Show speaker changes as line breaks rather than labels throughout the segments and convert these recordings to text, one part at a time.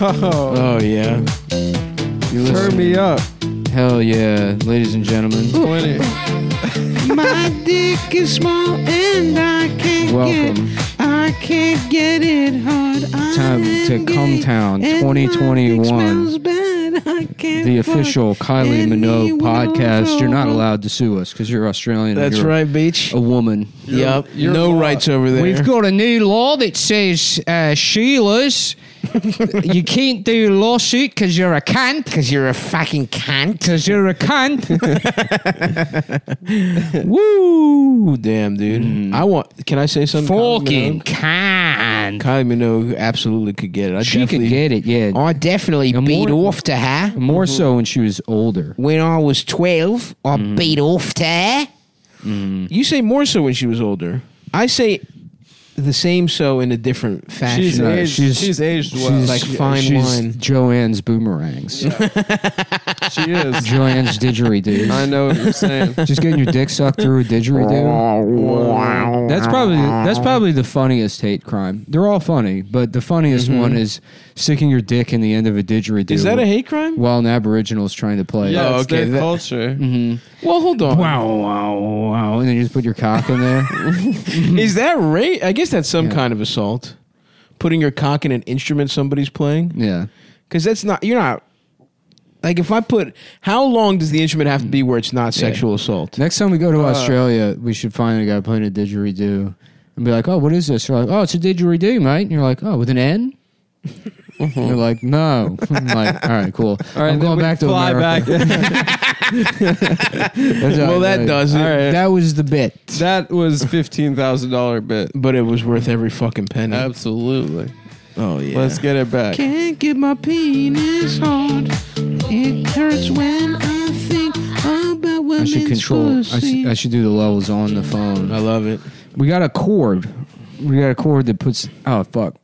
Oh,
Oh yeah. You
turn
listen-
me up.
Hell yeah, ladies and gentlemen.
When it-
My dick is small and I can't
Welcome.
get I can't get it hard.
Time to Come Town
And my dick
2021.
smells bad. I can't
The
fuck
official Kylie Minogue
anyone.
podcast. You're not allowed to sue us because you're Australian. and
That's
you're
right, Beach.
A woman.
Yep.
you're
no
a lot.
rights over there.
We've got a new law that says uh, Sheila's. you can't do a lawsuit because you're a cunt.
Because you're a fucking cunt.
Because you're a cunt.
Woo! Damn, dude.
Mm-hmm.
I want. Can I say something?
Fucking
Kylie Minogue,
cunt.
Kylie Minogue absolutely could get it. I
She could
definitely-
get it, yeah.
I definitely
And
beat
more-
off to her
More so when she was older. Mm.
when I was twelve. I beat off Eh? to her. You say more so when she was older. I say the same so in a different fashion.
She's
No,
aged.
she's-
She's, aged well.
She's-
like fine
she's
wine.
Joanne's boomerangs.
she is.
Joanne's didgeridoos.
I know what you're saying.
Just getting your dick sucked through a didgeridoo. That's probably that's probably the funniest hate crime. They're all funny, but the funniest one is sticking your dick in the end of a didgeridoo.
Mm-hmm. Is that a hate crime?
While an Aboriginal is trying to play.
Yeah,
Oh,
it's
okay,
their
that-
culture.
Well, hold on.
Wow, wow, wow. And then you just put your cock in there.
Is that rape? I guess that's some
Yeah.
kind of assault. Putting your cock in an instrument somebody's playing.
yeah.
Because that's not, you're not, like if I put, how long does the instrument have to be where it's not sexual assault?
Next time we go to
Uh,
Australia, we should find a guy playing a didgeridoo and be like, oh, what is this? You're like, oh, it's a didgeridoo, mate. And you're like, oh, with an N? And You're like, no. I'm like, all right, cool.
All right,
I'm
then
going
we
back to
fly
America.
back.
That's all
Well, that
right.
does it.
All right.
That was the bit.
that was fifteen thousand dollar bit.
But it was worth every fucking penny.
Absolutely.
oh, yeah.
Let's get it back.
Can't get my penis hard. It hurts when I think about
I
women's
should control. I,
pussy.
s- I should do the levels on the phone.
I love it.
We got a cord. We got a cord that puts. Oh fuck!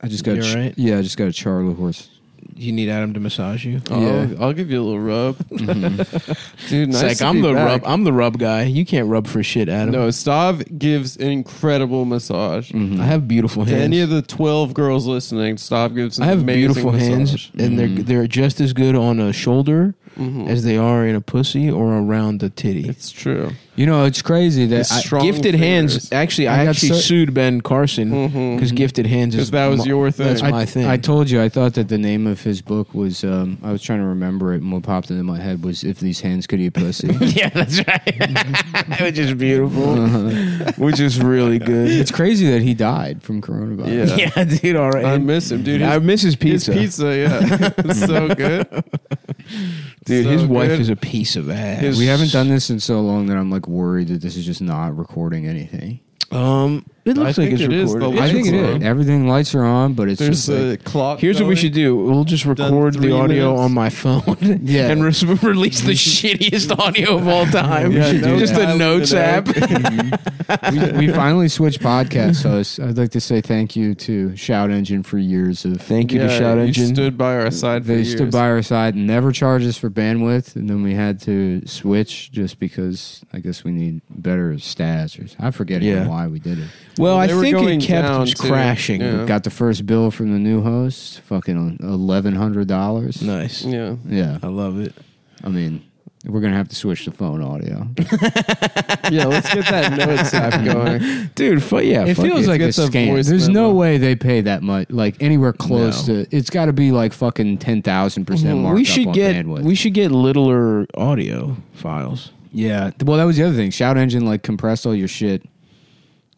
I just got.
You
a ch-
alright?
Yeah, I just got a Charlie horse.
You need Adam to massage you.
Oh,
Yeah.
I'll give you a little rub, dude.
It's
Nice
like
to
I'm
be
the
back.
rub. I'm the rub guy. You can't rub for shit, Adam.
No, Stav gives incredible massage.
I have beautiful
To
hands.
any of the twelve girls listening, Stav gives. An
I have
amazing
beautiful
massage. Mm.
hands, and they're they're just as good on a shoulder
Mm-hmm.
as they are in a pussy or around a titty.
It's true.
You know, it's crazy that
It's
I,
strong
gifted
fingers.
hands. Actually,
I
I,
got
actually
so-
sued Ben Carson because gifted hands is
'Cause that was
my-
your thing.
That's
I,
my thing.
I told you I thought that the name of his book was. Um, I was trying to remember it, and what popped into my head was "If These Hands Could Eat Pussy."
yeah, that's right. Uh-huh. Which is beautiful. Which is really good.
it's crazy that he died from coronavirus.
Yeah.
yeah, dude. All right.
I miss him, dude.
I
His,
miss his
his
pizza.
pizza, yeah, It's so good.
Dude,
So
his wife
good.
is a piece of ass.
His-
We haven't done this in so long that I'm like worried that this is just not recording anything.
Um, it looks
I
like
think
it's
it is,
recorded.
but
I think it
Lights are
is.
on.
Everything lights are on, but it's
There's
just like,
a clock.
Here's what we should do. We'll just
Done
record
three
the audio
minutes.
on my phone
Yeah.
and re- release the shittiest audio of all time.
Yeah, no
just
dial
the
it
notes app.
up.
we, we finally switched podcasts, hosts. I'd like to say thank you to Shout Engine for years of
Thank you to
Yeah,
Shout
you
Engine.
stood by our side.
they
for
stood
years.
by our side and never charged us for bandwidth, and then we had to switch just because I guess we need better stats. Or, I forget
Yeah.
even why we did it.
well, I
They were
think
going
it kept
down,
just
too.
crashing.
Yeah.
Got the first bill from the new host, fucking eleven hundred dollars.
Nice.
Yeah.
Yeah,
I love it.
I mean, we're gonna have to switch to phone audio.
Yeah, let's get that notes app going.
Dude, fu- yeah.
It
fuck
feels
it.
like a
Gets a
scam.
voice
There's no
memo.
way they pay that much, like anywhere close
No. Mm-hmm.
to. It's got to be like fucking ten thousand percent markup
we should
on
get
bandwidth.
we should get littler audio files.
yeah. Well, that was the other thing. Shout Engine like compressed all your shit.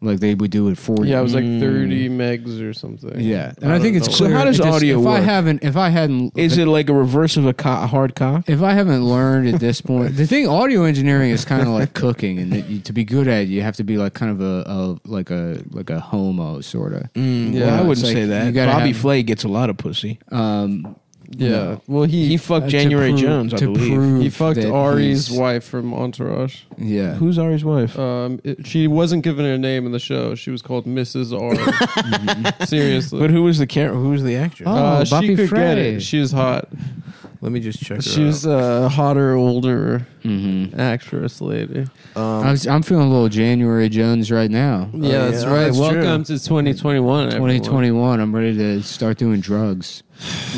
Like they would do it for you.
Yeah, it was like 30 megs or something.
Yeah, and I, think
don't
it's
know.
clear.
So how does
if this-
audio
If I
work?
haven't, if I hadn't,
Is it like a reverse of a co- a hard cock?
If I haven't learned at this point, the thing audio engineering is kind of like cooking, and that you, to be good at, it, you have to be like kind of a, a like a like a homo sort of.
yeah, I wouldn't
it's like
say
you
that.
gotta
Bobby
have-
Flay gets a lot of pussy.
Um,
Yeah. Well, he,
He fucked January Jones, I
to
believe.
prove
he fucked
that
Ari's
he's-
wife from Entourage.
Yeah,
Who's Ari's wife?
Um, it- she wasn't given her name in the show. She was called Mrs. R. Seriously.
but who was the car- who was the actress?
Oh.
uh,
Buffy
she could get
Friday.
it. She is hot.
Let me just check. her
She's
out.
uh, hotter, older. actress lady.
I was, Mm-hmm. I'm feeling a little January Jones right now. Uh,
yeah, that's
yeah,
right.
that's
Welcome to 2021. everyone.
2021. I'm ready to start doing drugs.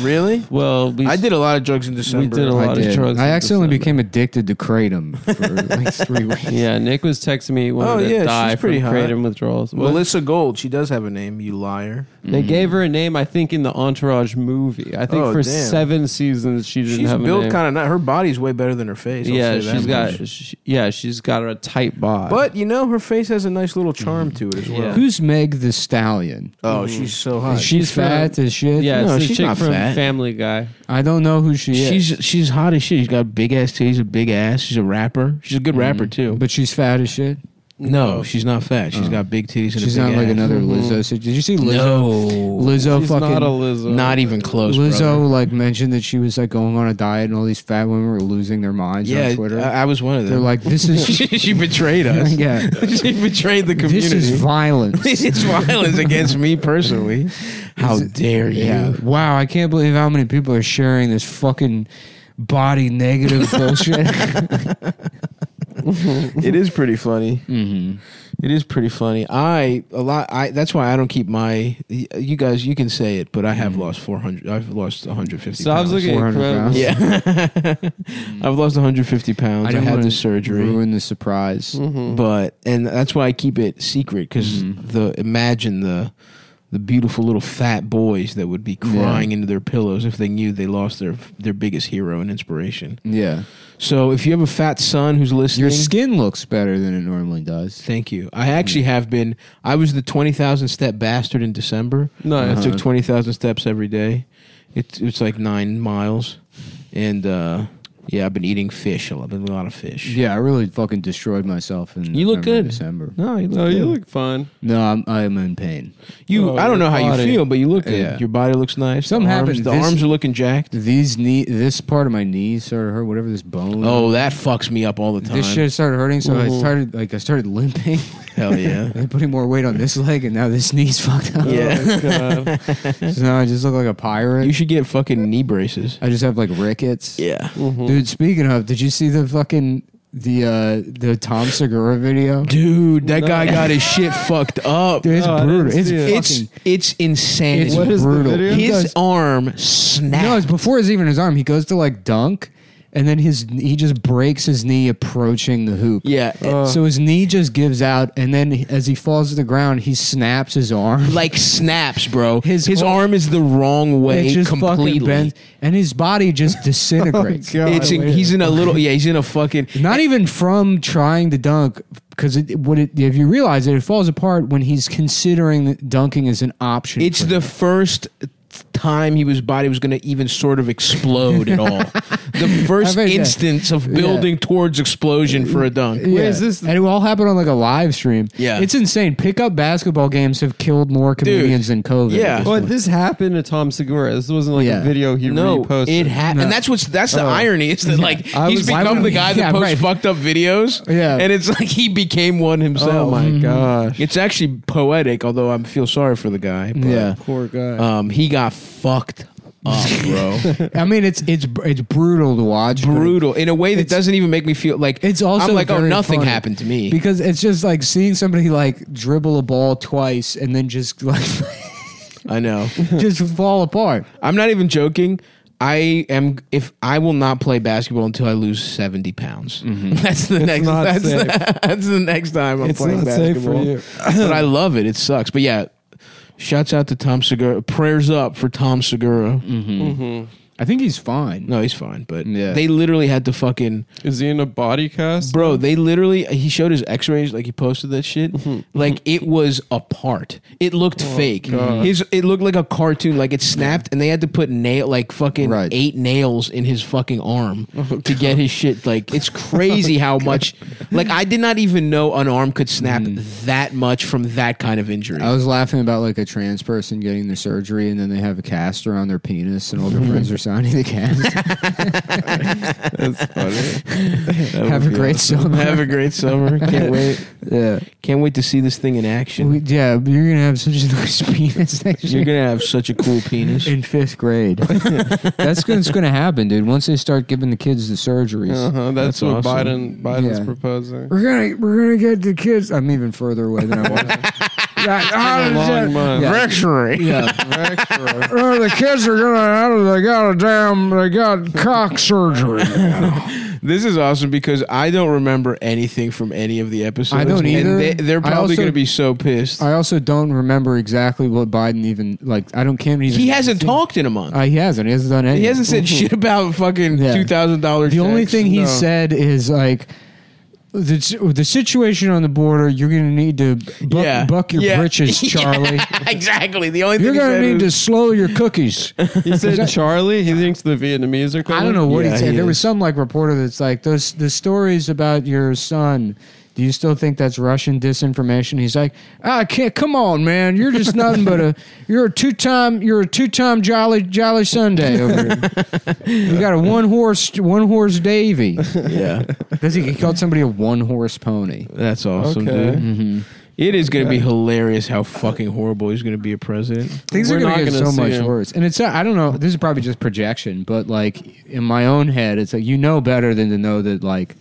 Really?
Well, we,
I did a lot of drugs in December.
did a lot.
I
of
did.
drugs
I
in
accidentally
December.
became addicted to kratom for like three weeks.
Yeah, Nick was texting me. He wanted
Oh,
to
yeah,
die
she's pretty
from
hot.
kratom withdrawals. What?
Melissa Gold. She does have a name. You liar.
They gave her a name, I think, in the Entourage movie. I think
Oh,
for
damn.
seven seasons she didn't
She's
have a
built
name.
kind of not. Her body's way better than her face. I'll
yeah,
say that
she's
much.
got. She, yeah, she's got a tight bod.
But you know, her face has a nice little charm to it as well.
Yeah.
Who's Meg the Stallion?
Oh, she's so hot.
Uh, She's, fat as shit.
yeah,
No,
it's the
she's
chick
not
from
fat.
Family Guy.
I don't know who she is.
She's she's hot as shit. She's got big ass titties, a big ass. She's a rapper. She's a good rapper too.
but she's fat as shit.
Mm-hmm. no, she's not fat. She's got big titties and
She's
a big
not like
ass. Mm-hmm.
another Lizzo. So did you see Lizzo?
No,
Lizzo
she's
fucking
not a Lizzo.
not even close.
Lizzo
brother.
like mentioned that she was like going on a diet and all these fat women were losing their minds
Yeah,
on Twitter.
I, I was one of them.
They're like, this is
she betrayed us.
yeah,
she betrayed the community.
this is violence.
This is violence against me personally. How dare you?
Yeah. Wow, I can't believe how many people are sharing this fucking body negative bullshit.
It is pretty funny. It is pretty funny. I a lot. I that's why I don't keep my. You guys, you can say it, but I
Mm.
have lost four hundred. I've lost one hundred fifty.
So I was
pounds.
looking
400
incredible.
pounds.
Yeah, I've lost one hundred fifty pounds. I,
didn't
had
wanna
the surgery,
Ruin the surprise.
but and that's why I keep it secret because the imagine the the beautiful little fat boys that would be crying into their pillows if they knew they lost their their biggest hero and inspiration.
Yeah.
So if you have a fat son who's listening,
Your skin looks better than it normally does.
Thank you. I actually have been. I was the twenty thousand step bastard in December.
Nice.
I took twenty thousand steps every day. It's it's like nine miles, and uh, yeah, I've been eating fish. a lot- I've been eating a lot of fish.
Yeah, I really fucking destroyed myself in
You look
November and
good.
December.
No, Oh, you look.
No, Oh, you
good.
look fun.
No, I'm I'm in pain.
You.
Oh,
I
your
don't know how
body.
you feel, but you look good.
Yeah.
Your body looks nice.
Something
the arms,
happened
The
this-
arms are looking jacked.
These knee this part of my knee started hurt, whatever this bone.
Oh, that fucks me up all the time.
this shit started hurting, so I started like I started limping
Hell yeah.
and putting more weight on this leg and now this knee's fucked up.
Oh, God.
So now I just look like a pirate.
you should get fucking knee braces.
I just have like rickets.
Yeah.
Dude, speaking of, did you see the fucking the uh the Tom Segura video?
Dude, that guy got his shit fucked up.
Dude, it's
No, I didn't
brutal. It's
see it.
It's
fucking
it's insane.
it's
What is the
brutal.
video?
He
His
goes-
arm snapped.
no, it's before it's even his arm. He goes to like dunk, and then his he just breaks his knee approaching the hoop.
yeah,
so his knee just gives out, and then as he falls to the ground, he snaps his arm.
like snaps, bro.
His
His,
arm-
arm, is the wrong way
It just
completely.
fucking bends, and his body just disintegrates.
God.
It's in, he's in a little yeah. He's in a fucking
Not even from trying to dunk, because it, what it, if you realize it, it falls apart when he's considering that dunking as an option.
It's
for
the first time he was body was going to even sort of explode at all. the first
bet, yeah.
instance of building towards explosion for a dunk.
Where is this-
And it all happened on like a live stream.
Yeah.
It's insane. Pickup basketball games have killed more comedians than COVID.
yeah.
At this
But
point.
this happened to Tom Segura. This wasn't like
Yeah.
a video he
No, Oh.
reposted.
it happened, and that's what's that's the irony. It's that like
I
he's
was- why
become
would
the
we-
guy
yeah,
that posts
right.
fucked up videos.
Yeah. Mm-hmm.
and it's like he became one himself.
Oh my gosh,
It's actually poetic, although I feel sorry for the guy. But,
Yeah.
poor guy.
um, he got fucked up, bro.
I mean, it's it's it's brutal to watch. but
brutal in a way that doesn't even make me feel like
It's also
I'm like, oh,
very
nothing
funny
happened to me.
because it's just like seeing somebody like dribble a ball twice and then just like
I know.
just fall apart.
I'm not even joking. I am if I will not play basketball until I lose 70 pounds. That's the
Mm-hmm.
next.
not
That's,
safe.
that's the next time I'm
It's
playing
not safe for
basketball.
you.
but I love it. It sucks. But yeah, shouts out to Tom Segura. Prayers up for Tom Segura.
Mm.
I think he's fine.
No, he's fine. But
Yeah.
they literally had to fucking.
is he in a body cast?
Bro, they literally Mm-hmm. he showed his x-rays like he posted that shit. Like it was apart. It looked fake. His it looked like a cartoon like it snapped and they had to put nail like fucking
Right.
8 nails in his fucking arm to get his shit like it's crazy how much like I did not even know an arm could snap that much from that kind of injury.
I was laughing about like a trans person getting their surgery and then they have a cast around their penis and all their friends are Sonny the Cat.
That's funny.
Have a great summer.
Have a great summer. Can't wait.
yeah.
Can't wait to see this thing in action.
We, yeah, you're going to have such a nice penis next
You're
year.
gonna have such a cool penis.
in fifth grade. That's what's going to happen, dude. Once they start giving the kids the surgeries,
Uh-huh, that's,
That's
what Biden
awesome.
Biden's
Yeah.
proposing.
we're gonna we're gonna get the kids. I'm even further away than I was.
a long month.
Yeah.
Rectory.
Rector.
oh, the kids are gonna. They got a damn. They got cock surgery.
This is awesome because I don't remember anything from any of the episodes.
I don't either.
And they, they're
I
probably
also-
going to be so pissed.
I also don't remember exactly what Biden even like. I don't can't even.
he hasn't talked in a month.
Uh, he hasn't. He hasn't done anything.
he hasn't said shit about fucking
Yeah.
two thousand dollars.
The only thing he
no.
said is like. The, the situation on the border, you're going to need to buck,
Yeah.
buck your
Yeah.
britches, Charlie.
exactly. The only thing
You're
he
going
said
to need
was-
to slow your cookies.
He said Charlie. He thinks the Vietnamese are coming.
I don't know what
Yeah,
he said.
he
there was
is.
some like reporter that's like those the stories about your son. Do you still think that's Russian disinformation? He's like, I can't. Come on, man. You're just nothing but a. You're a two time. You're a two time jolly jolly Sunday over here. You got a one horse one horse Davy.
Yeah,
Because he called somebody a one horse pony.
that's awesome,
Okay.
dude.
Mm-hmm.
It is going to be hilarious how fucking horrible he's going to be a president.
Things
We're
are going
not
to get
gonna
so
see
much
him.
worse. And it's, uh, I don't know, this is probably just projection, but like in my own head, it's like you know better than to know that like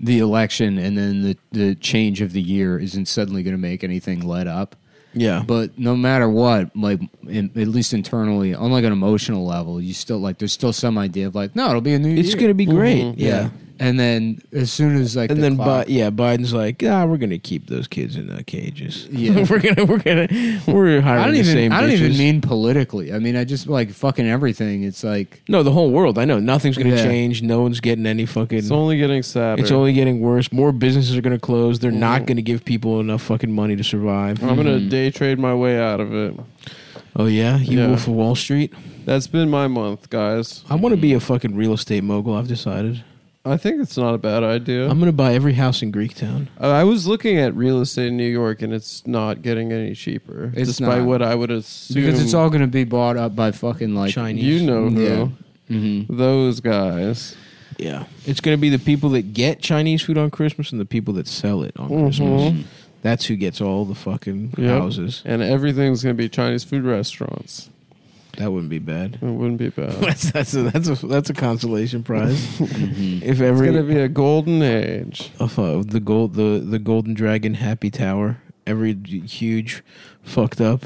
the election and then the, the change of the year isn't suddenly going to make anything let up.
Yeah,
But no matter what, like in, at least internally, on like an emotional level, you still like there's still some idea of like, no, it'll be a new
it's
year.
going to be great.
Mhm.
Yeah.
And then as soon as like
And
Mm-hmm. the
then,
clock-
Bi- yeah, Biden's like, ah, we're gonna keep those kids in the cages.
Yeah.
we're gonna, we're gonna, we're hiring
I don't
the
even
same.
I don't even
bitches.
mean politically. I mean I just like fucking everything. It's like
No, the whole world. I know nothing's going to
Yeah.
change. No one's getting any fucking.
It's only getting sadder.
it's only getting worse. More businesses are going to close. They're not going to give people enough fucking money to survive.
I'm gonna
Mm-hmm.
day trade my way out of it.
Oh yeah, you
Yeah.
wolf of Wall Street.
That's been my month, guys.
I want to be a fucking real estate mogul. I've decided.
I think it's not a bad idea.
I'm going to buy every house in Greektown.
Uh, I was looking at real estate in New York, and it's not getting any cheaper,
It's
despite
not.
what I would assume.
Because it's all going to be bought up by fucking like mm-hmm.
Chinese.
you know who
Yeah.
those guys.
Yeah, it's going to be the people that get Chinese food on Christmas and the people that sell it on Christmas. That's who gets all the fucking
Yep.
houses.
And everything's gonna be Chinese food restaurants.
That wouldn't be bad.
It wouldn't be bad.
That's that's a, that's a that's a consolation prize. if
It's
every
gonna be a golden age.
of uh, the gold the the golden dragon happy tower every d- huge fucked up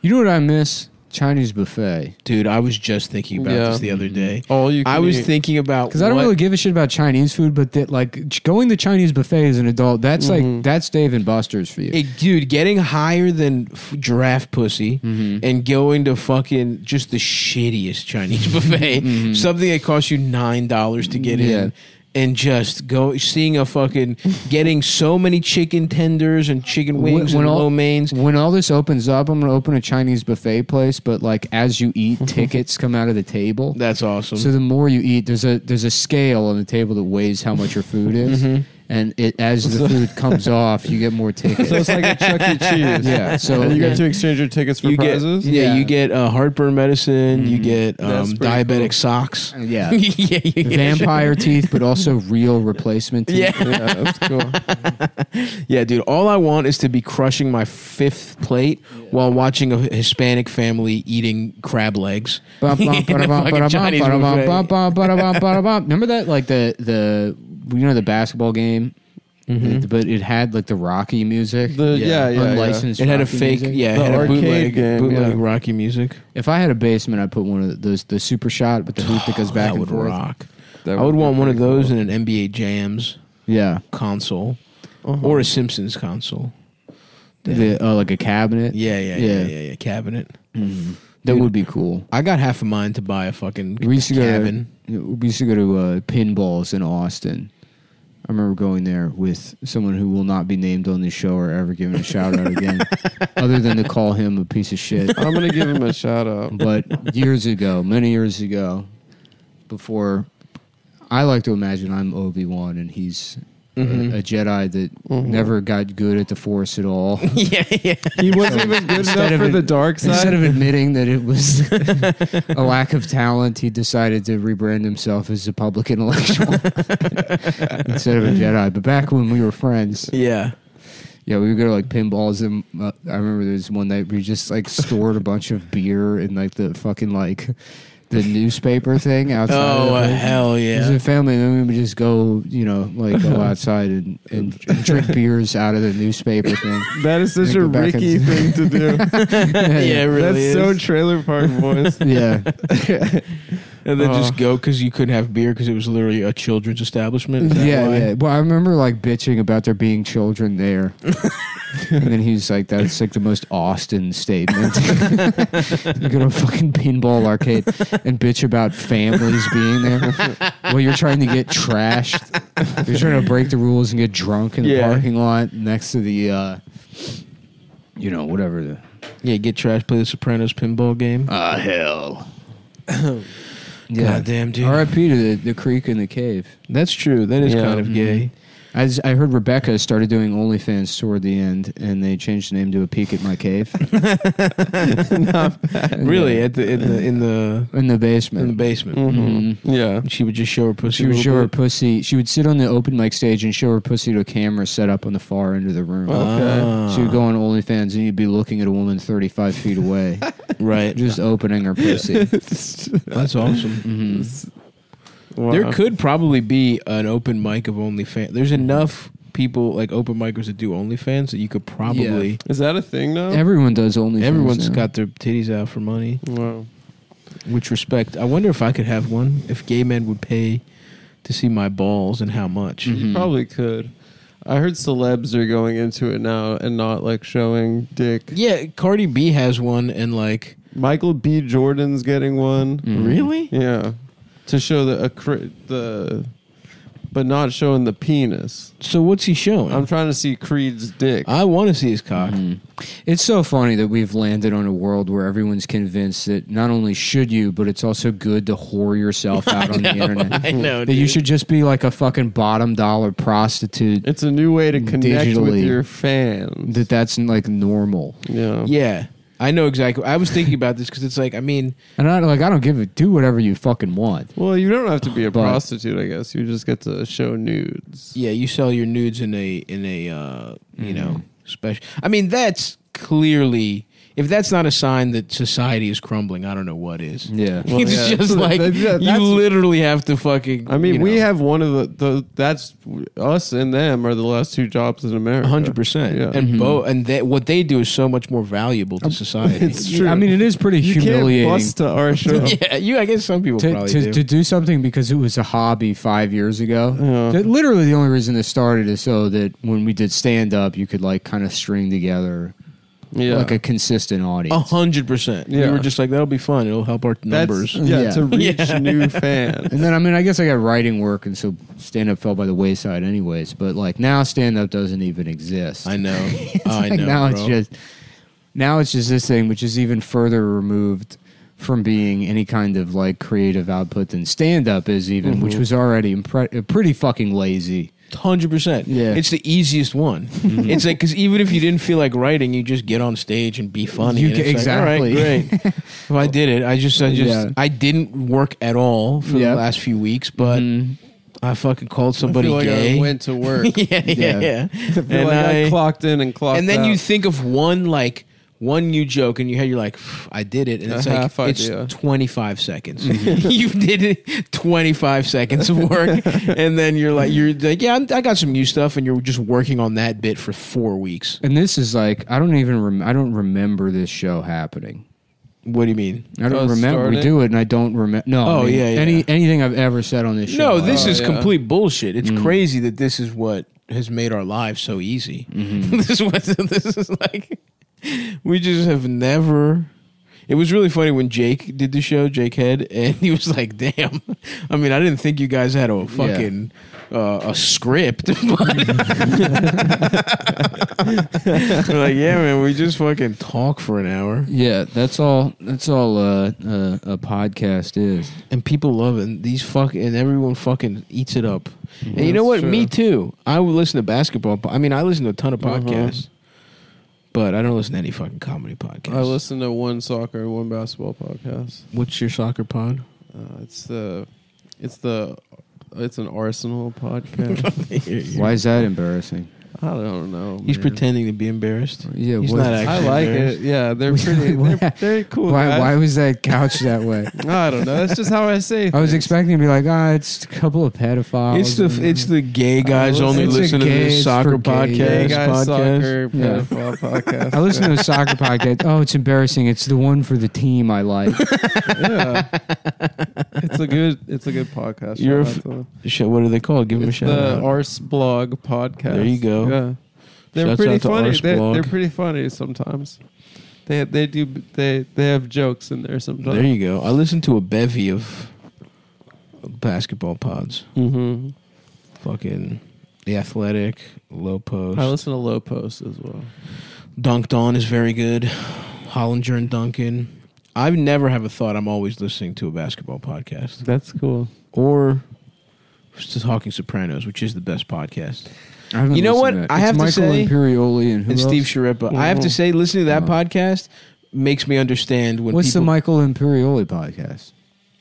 You know what I miss? Chinese buffet.
dude i was just thinking about
Yeah.
this the other day
Oh,
All you. Can
i was
eat.
thinking about
Because I don't
what-
really give a shit about Chinese food, but that like ch- going to Chinese buffet as an adult, that's
Mm-hmm.
like that's Dave and Buster's for you.
It- dude getting higher than f- giraffe pussy
Mm-hmm.
and going to fucking just the shittiest chinese buffet something that costs you nine dollars to get
Mm-hmm. Yeah.
in and just go seeing a fucking getting so many chicken tenders and chicken
When-
wings
when
and
all-
lo mains
When all this opens up, I'm gonna open a Chinese buffet place, but like as you eat, tickets come out of the table.
that's awesome
So the more you eat, there's a there's a scale on the table that weighs how much your food is,
Mm-hmm.
and it as the food comes off, you get more tickets.
So it's like a Chuck E. Cheese.
yeah, so
And you get to exchange your tickets for
you
prizes.
Get, yeah,
Yeah.
you get uh, heartburn medicine. You get um,
Mm. That's pretty
diabetic
cool.
socks.
yeah.
yeah, you get-
vampire teeth, but also real replacement teeth.
Yeah.
yeah, that's cool.
yeah, dude. All I want is to be crushing my fifth plate while watching a Hispanic family eating crab legs.
Bum, bum,
In a
bada, bum,
fucking
bada, bum,
Chinese
bada, bum,
buffet.
bum, bum, bada, bum, bada, bum. Remember that like the the you know the basketball game, but it had like the Rocky music.
Mm-hmm. The yeah, yeah, yeah.
unlicensed.
It had a
Rocky
fake,
music.
yeah, it
The
had a
arcade
bootleg,
game,
bootleg
yeah.
Rocky music.
If I had a basement, I'd put one of those the super shot with the hoop that goes
Oh,
back
that
and
would
forth.
rock.
That
I would
be
want one of
pretty
those
cool.
in an NBA Jams
Yeah,
console
Uh-huh.
or a Simpsons console.
the uh, like a cabinet.
Yeah, yeah, yeah,
Yeah. Mm.
yeah, yeah, yeah. Cabinet.
That would be cool.
I got half a mind to buy a fucking
We used to go.
cabin.
To, we used to go to uh, pinballs in Austin. I remember going there with someone who will not be named on this show or ever given a shout out again, other than to call him a piece of shit.
I'm gonna give him a shout out.
But years ago, many years ago, before, I like to imagine I'm Obi Wan and he's
Mm-hmm.
a, a Jedi that never got good at the Force at all.
yeah, yeah.
He wasn't even good enough
Instead of
for
it-
the dark
Instead
side.
of admitting that it was a lack of talent, he decided to rebrand himself as a public intellectual instead of a Jedi. But back when we were friends,
Yeah.
yeah, we would go to like pinballs, and uh, I remember there was one night we just like stored a bunch of beer in like the fucking like the newspaper thing outside. of
Oh,
the
uh,
place.
hell
As
yeah.
a family, then we would just go, you know, like go outside and, and drink beers out of the newspaper thing.
that is such
Make it
a
back
Ricky
into-
thing to do.
yeah, it really
That's
is.
so trailer park boys.
yeah.
And then just
Oh.
go because you couldn't have beer because it was literally a children's establishment. Is that
Yeah,
why?
yeah. Well, I remember like bitching about there being children there, and then he's like, "That's like the most Austin statement." you go to a fucking pinball arcade and bitch about families being there. well, you're trying to get trashed. You're trying to break the rules and get drunk in the
Yeah.
parking lot next to the, uh, you know, whatever the
Yeah, get trash, play the Sopranos pinball game.
ah hell.
Goddamn, dude.
R.I.P. to the, the creek in the cave.
That's true. That is
Yeah.
kind of gay.
I, s- I heard Rebecca started doing OnlyFans toward the end, and they changed the name to a peek at my cave
Mm-hmm. Really, at the in the in the
in the
in the
basement.
basement, Mm-hmm.
Yeah.
she would just show her pussy.
She
a
would
little
show her
bit.
pussy. She would sit on the open mic stage and show her pussy to a camera set up on the far end of the room.
Ah,
She would go on OnlyFans, and you'd be looking at a woman thirty five feet away,
Ah, right.
just opening her pussy. Mm-hmm.
That's awesome.
Wow.
There could probably be an open mic of OnlyFans. There's enough people like open micers that do OnlyFans that you could probably.
Is that a thing now?
Everyone does OnlyFans.
Everyone's
now.
got their titties out for money.
wow.
Which respect? I wonder if I could have one. If gay men would pay to see my balls and how much.
You probably could. I heard celebs are going into it now and not like showing dick.
Yeah, Cardi B has one, and like
Michael B. Jordan's getting one.
really,
Mm-hmm. Yeah, to show the a, cr- the, but not showing the penis.
So what's he showing?
I'm Mm-hmm. trying to see Creed's dick.
I want to see his cock.
It's so funny that we've landed on a world where everyone's convinced that not only should you, but it's also good to whore yourself out on the internet.
I know,
that you
dude.
should just be like a fucking bottom dollar prostitute.
it's a new way to
Mm,
connect with
Digitally.
your fans.
That that's like normal.
yeah.
Yeah, I know exactly. I was thinking about this because it's like, I mean,
And I like I don't give a do whatever you fucking want.
Well, you don't have to be a
But-
prostitute, I guess. You just get to show nudes.
yeah, you sell your nudes in a in a uh,
Mm-hmm.
you know special. I mean, that's clearly if that's not a sign that society is crumbling, I don't know what is.
Yeah.
Well,
it's
yeah.
just like
That- that-
you
that's-
literally have to fucking.
I mean,
you
we
know.
have one of the, the that's us and them are the last two jobs in America.
hundred percent,
Yeah. Mm-hmm. Um,
and bo and that what they do is so much more valuable to society.
It's true.
I mean it is pretty
you
humiliating.
can't bust to our show.
yeah, you. I guess some people
to,
probably
to,
do.
to do something because it was a hobby five years ago. That Literally, the only reason this started is so that when we did stand up, you could like kind of string together
yeah.
like a consistent audience.
A hundred percent. We
Yeah.
were just like, that'll be fun. It'll help our numbers.
That's, yeah,
Yeah.
to reach new fans.
And then I mean, I guess I got writing work, and so stand up fell by the wayside, anyways. But like now, stand up doesn't even exist.
I know. I
Like,
know.
now
bro.
it's just now it's just this thing, which is even further removed from being any kind of like creative output than stand up is even,
Mm-hmm.
which was already impre- uh, pretty fucking lazy.
hundred percent.
Yeah. Mm-hmm.
it's the easiest one. It's like because even if you didn't feel like writing, you just get on stage and be funny.
You
and
ca-
it's like, all right,
exactly.
great. well, I did it. I just, I just,
Yeah.
I didn't work at all for
Yeah. Mm-hmm.
the last few weeks, but I fucking called
I
somebody
feel like
gay.
I went to work.
yeah, yeah,
Yeah.
yeah.
I feel like I, clocked in and clocked
and then
out.
you think of one like one new joke and you head you're like "Pff, i did it and it's
A
like
half idea.
it's 25 seconds you did it 25 seconds of work and then you're like you're like yeah I'm, i got some new stuff and you're just working on that bit for four weeks
And this is like I don't even rem- I don't remember this show happening.
what do you mean
I don't
Oh,
remember we
started?
do it, and I don't remember. No, I
Oh,
mean,
yeah, yeah.
Any anything I've ever said on this show? uh,
no
like-
this is
yeah.
complete bullshit it's crazy that this is what has made our lives so easy this was this is like we just have never It was really funny when Jake did the show, Jake Head, and he was like, "Damn, I mean, I didn't think you guys had a fucking uh, a script." but- We're like, yeah, man, we just fucking talk for an hour,
Yeah, that's all. That's all uh, uh, a podcast is.
and people love it. And these fuck, and everyone fucking eats it up. and you know what?
That's
Me
true. Uh-huh.
too. I would listen to basketball. po- I mean, I listen to a ton of podcasts, but I don't listen to any fucking comedy podcasts.
I listen to one soccer and one basketball podcast.
What's your soccer pod?
Uh, it's the, it's the, it's an Arsenal podcast.
Why is that embarrassing?
I don't know.
He's
man.
pretending to be embarrassed.
Yeah,
He's
what-
not actually
I like
embarrassed.
it. Yeah, they're pretty. They're, they're cool.
Why?
guys.
Why was that couch that way?
I don't know. That's just how I say.
I was
things.
expecting to be like, ah, it's a couple of pedophiles.
It's the
and- um,
it's the gay guys
I
only
listen-
listen
It's
to
a gay-
the
it's
soccer
for gay
podcast.
Gay guy
podcast.
soccer
Yeah.
pedophile podcast.
I listen to a soccer podcast. Oh, it's embarrassing. It's the one for the team I like.
yeah. It's a good. It's a good podcast.
You're a
Shout out
f-
to them.
Shit, what are they called? Give them a
It's
shout
the
out.
Arse Blog podcast.
There you go.
Yeah, they're
Shouts
pretty
out to
funny.
Arse
They're,
Blog.
they're pretty funny sometimes. They they do they they have jokes in there sometimes.
there you go. I listen to a bevy of basketball pods.
hmm
Fucking the athletic, low post,
I listen to Low Post as well.
dunked on is very good. Hollinger and Duncan. I never have a thought. I'm always listening to a basketball podcast
That's cool.
or talking Sopranos, which is the best podcast.
I haven't
You know
listened
what?
to that.
I
It's
have to
Michael
say-
Imperioli and who
and
else?
Steve Sharippa. I have to
Mhm.
say, listening to that
Mhm.
podcast makes me understand when
What's the
people.
Michael Imperioli podcast?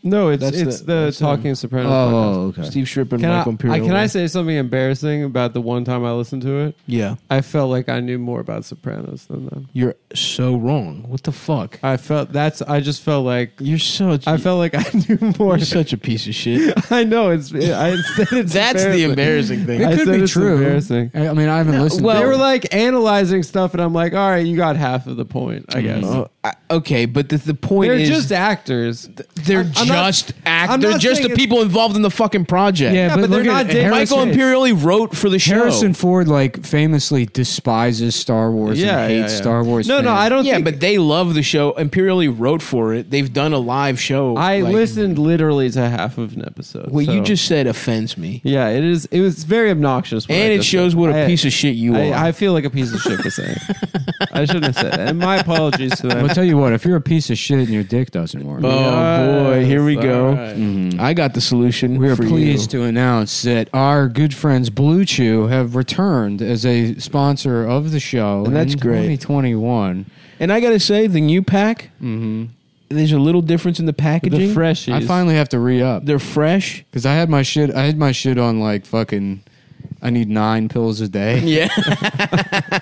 No, it's
That's
it's
the-
the,
that's, um,
Talking Sopranos. podcast.
Oh, okay.
Steve Sharippa and
Can,
Michael
I, I,
Imperioli.
can I say something embarrassing about the one time I listened to it?
Yeah,
I felt like I knew more about Sopranos than them.
you're so wrong. What the fuck?
I felt that's I just felt like
You're so.
I felt like I knew more.
you're such a piece of shit.
I know it's I said it's
That's the embarrassing thing.
It
I
could
said
be
it's
true.
embarrassing.
I, I mean, I haven't listened.
Well,
to
they
it.
were like analyzing stuff, and I'm like, all right, you got half of the point, I guess.
Oh, I- okay, but the, the point
They're
is
just actors.
they're
I'm- I'm not-
just act.
I'm
They're
not
just
saying
the
it's-
people involved in the fucking project.
Yeah,
Yeah,
but,
but they're
look at
not dating-
Harrison,
Michael Imperioli wrote for the show.
Harrison Ford like famously despises Star Wars
Yeah,
and
yeah,
hates
yeah.
Star Wars.
No, no,
fans.
I don't.
yeah,
think,
but they love the show. Imperioli wrote for it. They've done a live show.
I
like-
listened literally to half of an episode.
What
so-
you just said offends me,
yeah, it is. It was very obnoxious, what I
and it
just
shows
said.
what
I-
a piece of shit you are.
I, I feel like a piece of shit for saying. it. I shouldn't have said that. And my apologies to
I'll
them.
tell you what. If you're a piece of shit and your dick doesn't work,
Oh boy, here we
Yes,
go.
all right.
Mm-hmm.
I got the solution.
we are
for
pleased
you.
to announce that our good friends Blue Chew have returned as a sponsor of the show.
And that's
in
great.
2021.
And I gotta say, the new pack.
Mm-hmm.
There's a little difference in the
The
packaging.
freshies.
I finally have to re up
They're fresh.
because I had my shit. I had my shit on like fucking. I need nine pills a day.
Yeah,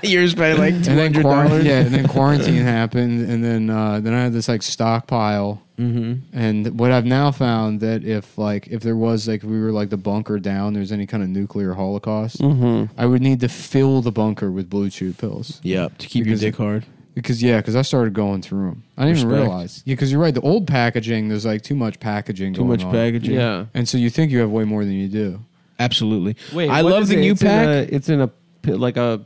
yours by like two
and then
hundred
quarantine,
dollars.
yeah, and then quarantine happened, and then uh, then I had this like stockpile. Mm-hmm. And what I've now found that if like if there was like we were like the bunker down, there's any kind of nuclear holocaust,
Mm-hmm.
I would need to fill the bunker with blue chew pills
Yep, to keep
Because-
your dick hard.
because yeah, because I started going through them. I didn't even
Respect.
realize yeah, because you're right. The old packaging, there's like too much packaging,
Too much packaging.
Yeah.
and so you think you have way more than you do.
absolutely.
Wait,
I
what
love
is
the
it?
new
It's
pack.
In a, it's in a p- like a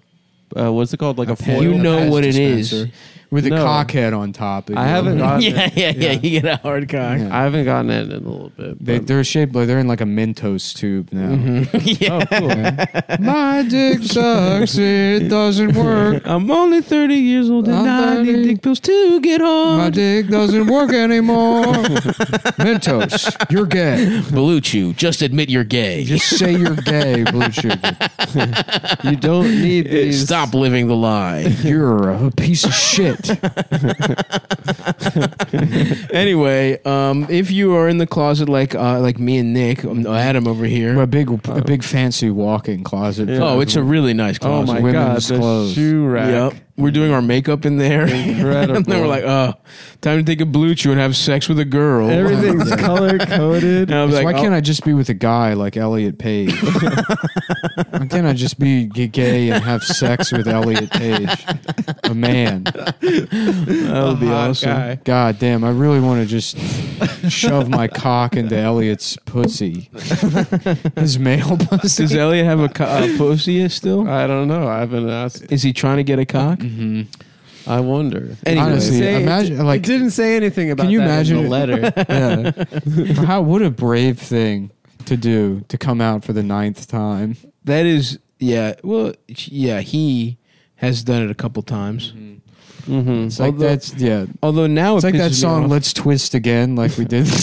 uh, what's it called? Like a, foil.
You know
Pass
what it is.
dispenser with a
No.
cockhead on top.
I haven't
Yeah.
gotten
yeah,
it.
yeah, yeah, You get a hard cock.
Yeah.
I haven't gotten it in a little bit.
They,
but-
they're shaped like they're in like a Mentos tube now.
Mm-hmm.
oh, cool.
My dick sucks. It doesn't work.
I'm only thirty years old and
I'm
I need
30.
dick pills to get
My
hard.
dick doesn't work anymore. Mentos, you're gay.
Blue Chew, just admit you're gay.
Just say you're gay, Blue Chew.
you don't need these.
Stop living the lie.
You're a piece of shit.
anyway, um, if you are in the closet like uh, like me and Nick, um, Adam over here.
A big, a big fancy walk-in closet. for
Oh, it's a
everyone.
really nice
Oh
closet.
my
Women's
god, the
clothes.
shoe rack.
Yep. We're doing our makeup in there.
Incredible.
and then we're like, oh, time to take a blue chew and have sex with a girl.
Everything's color coded.
And I'll be
So
like,
why can't I just be with a guy like Elliot Page? why can't I just be g- gay and have sex with Elliot Page, a man?
that would be
hot
awesome.
guy.
God damn, I really want to just shove my cock into Elliot's pussy. His male pussy.
Does Elliot have a co- uh, pussy yet still?
I don't know. I haven't asked.
Is he trying to get a cock?
I wonder.
Anyway.
Mm-hmm. Honestly,
Say it-
imagine like
it didn't say anything about.
Can you
that in
imagine
the
it?
letter?
yeah. How what a brave thing to do to come out for the ninth time.
That is, yeah. Well, yeah, he has done it a couple times.
mm-hmm.
It's like
Although-
that's yeah.
Although now
It's
it
like
pisses
that
me
song
off.
"Let's Twist Again," like we did.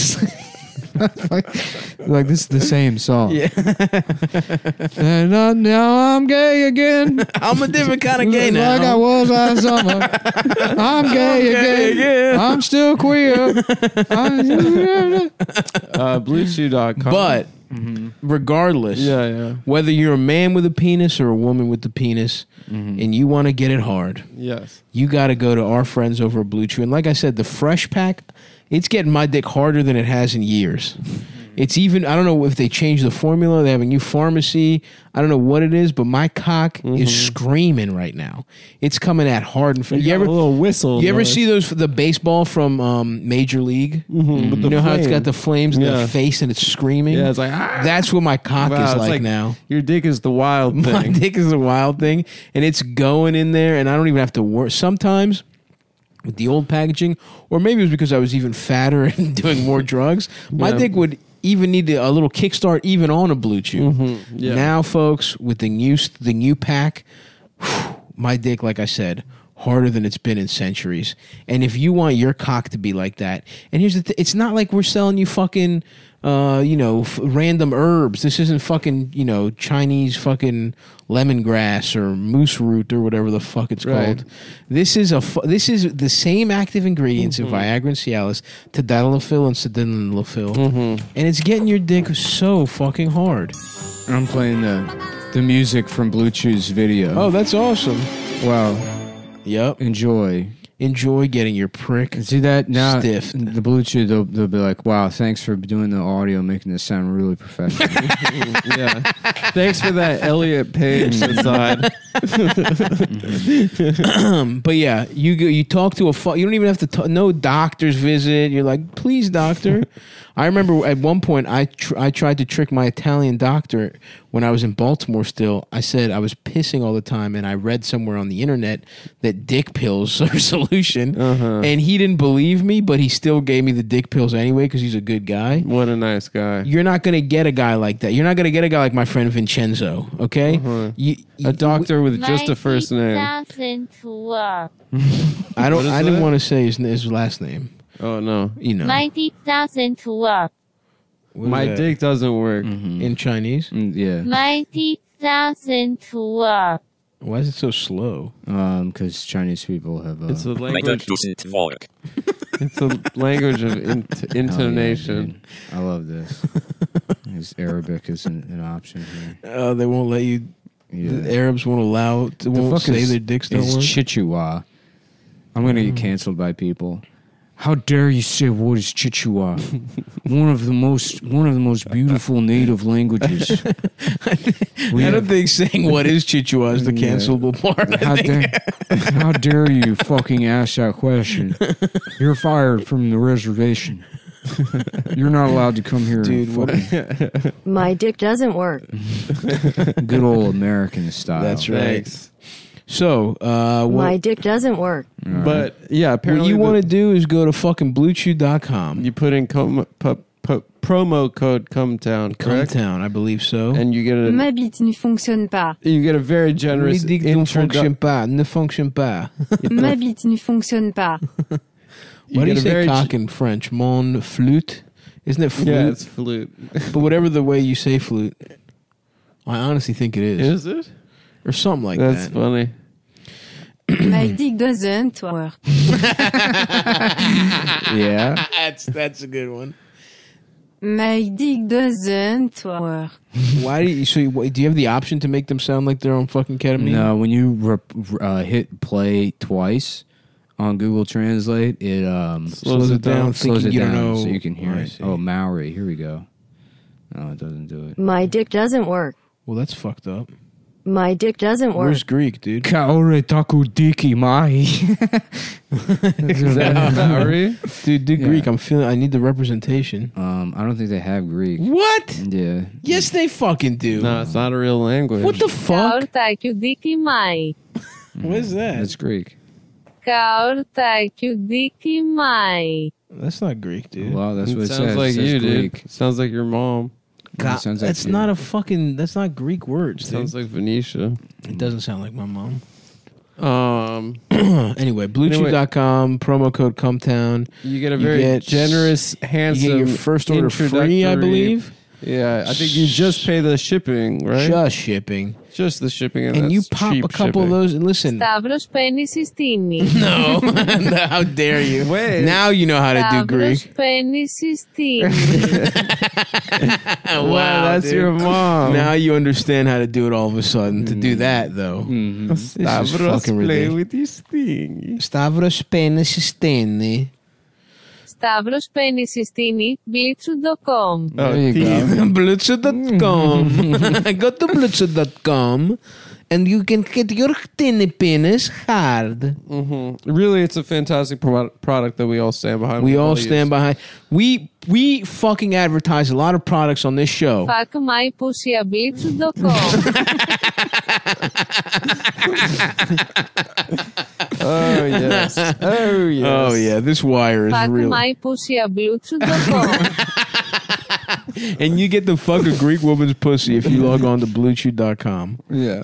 This. like, like this is the same song.
Yeah.
And uh, now I'm gay again.
I'm a different kind of gay
like
now.
I was last summer. I'm gay,
gay
again.
again.
I'm still queer. I'm-
Uh, BlueChew.com.
but Mm-hmm. regardless,
yeah, yeah,
whether you're a man with a penis or a woman with the penis,
Mm-hmm.
and you want to get it hard,
yes.
you got to go to our friends over at Blue Chew. And like I said, the Fresh Pack, it's getting my dick harder than it has in years.
Mm-hmm.
It's even, I don't know if they changed the formula. They have a new pharmacy. I don't know what it is, but my cock
Mm-hmm.
is screaming right now. It's coming at hard and fast. You ever,
a little whistle?
you ever see those, the baseball from um, Major League? You know how it's got the flames in
Mm-hmm. Yeah.
the face and it's screaming?
Yeah, it's like ah.
That's what my cock
Wow,
is
it's
like,
like-
now.
Your dick is the wild thing.
My dick is a wild thing, and it's going in there, and I don't even have to work. Sometimes with the old packaging, or maybe it was because I was even fatter and doing more drugs, my
Yeah.
dick would even need to- a little kickstart even on a blue chew.
Mm-hmm. yeah.
Now, folks, with the new s- the new pack, whew, my dick, like I said. Harder than it's been in centuries, and if you want your cock to be like that, and here's the thing: it's not like we're selling you fucking, uh, you know, f- random herbs. This isn't fucking, you know, Chinese fucking lemongrass or moose root or whatever the fuck it's
Right.
called. This is a fu- this is the same active ingredients in Viagra and Cialis, tadalafil and sildenafil, and it's getting your dick so fucking hard.
I'm playing the the music from Blue Chew's video.
Oh, that's awesome.
wow!
Yep.
Enjoy.
Enjoy getting your prick.
And see that now
Stiff.
the Blue Chew they'll, they'll be like, wow, thanks for doing the audio, making this sound really professional.
yeah. Thanks for that Elliot Page aside.
But yeah, you go, you talk to a fu- you don't even have to talk, no doctor's visit. You're like, please, doctor. I remember at one point I tr- I tried to trick my Italian doctor when I was in Baltimore. Still, I said I was pissing all the time, and I read somewhere on the internet that dick pills are a solution,
Uh-huh.
and he didn't believe me, but he still gave me the dick pills anyway because he's a good guy.
What a nice guy.
You're not gonna get a guy like that. You're not gonna get a guy like my friend Vincenzo. Okay, you,
Uh-huh. A doctor with just a
Like
first
it
name.
Doesn't work.
I don't.
What is
I didn't
that?
want to say his, his last name.
Oh no.
You know,
Like it doesn't work.
What is
My
that?
dick doesn't work.
in Chinese.
Mm, yeah,
Like it doesn't work.
Why is it so slow?
because Um, Chinese people have. Uh,
It's a
Like that
language.
doesn't work.
It's a language of int-
hell yeah,
intonation.
dude. I love this. Because Arabic isn't an option here.
Uh, they won't let you. The
Yeah.
Arabs won't allow. They won't
fuck
say
is-
their dicks don't
It's
work.
Chichewa. I'm gonna get canceled by people. Mm. How dare you say what is Chichewa? one of the most one of the most beautiful native languages. We
I
have-
don't think saying what is Chichua is the
Yeah.
cancelable part. I
How
think.
dare, how dare you fucking ask that question? You're fired from the reservation. You're not allowed to come here
Dude,
and
what-
fucking
My dick doesn't work.
good old American style.
That's right.
Thanks.
So,
My
uh, what,
dick doesn't work.
But yeah,
what
apparently
you
the-
want to do is go to fucking bluechew.com.
you put in com- pu- pu- promo code Cumtown,
Come
correct?
town, I believe so.
And you get a
Ma bite ne fonctionne pas.
you get a very
My
generous
dick don't function
introduction.
pas. Ne function pas.
Ma bite ne fonctionne pas.
Why do you say cock in French? Mon flute? Isn't it flute?
Yeah, it's flute.
But whatever the way you say flute, I honestly think it
Is
is.
it?
Or something like
That's
that.
funny.
My dick doesn't work.
Yeah.
That's, that's a good one.
My dick doesn't work.
Why do you, so you, what- do you have the option to make them sound like they're on fucking ketamine?
No, when you rep, uh, hit play twice on Google Translate, it um,
Slows it down,
slows
thinking you
it
don't
down
know-
so you can hear
Oh, I
it.
see.
Oh, Maori, here we go. No, it doesn't do it.
My dick doesn't work.
Well, that's fucked up.
My dick doesn't work.
Where's Greek, dude?
Kaore taku diki mai.
Sorry.
Dude, do
Yeah.
Greek. I'm feeling. I need the representation.
Um, I don't think they have Greek.
What?
Yeah.
Yes, they fucking do.
No, it's not a real language.
What the fuck?
Kaorta kudiki mai.
What is that?
That's Greek.
Kaur thank you Dicky Mai.
That's not Greek, dude.
Wow, that's
It
what it,
sounds
says. It
like
says
you,
Greek.
dude. Sounds like your mom.
God,
It sounds like
that's
you.
not a fucking. That's not Greek words. dude.
Sounds like Venetia.
it doesn't sound like my mom.
Um,
anyway, BlueChew.com promo code Cumtown.
you get a
You
very
get-
generous,
You
handsome.
get your first order free, I
introductory-
believe.
Yeah, I think you just pay the shipping, right?
Just shipping,
Just the shipping, and,
and you
that's
pop
cheap
a couple of
shipping.
those. And listen,
Stavros Penny Sistini.
no, how dare you?
Wait.
Now you know how to do
Stavros
Greek.
Penny Sistini.
Wow,
Wow, that's
dude.
your mom.
Now you understand how to do it all of a sudden. To do that though,
Stavros
fucking
play
ridiculous.
with his thing.
Stavros penis steni.
Stavros Penny Sistini. Blitzu.com.
Oh,
There you
teeth.
go.
Blitzer.com. Mm. Go to Blitzer.com and you can get your tiny penis hard.
Mm-hmm. Really, it's a fantastic pro- product that we all stand behind.
We all
really
stand
use.
behind. We we fucking advertise a lot of products on this show.
Fuck my pussy at Blitzu.com.
Oh yes. oh yes.
Oh yeah, this wire is
Fuck
real.
my pussy at Blitzu.com.
And you get the fuck a Greek woman's pussy if you log on to BlueChew.com.
Yeah.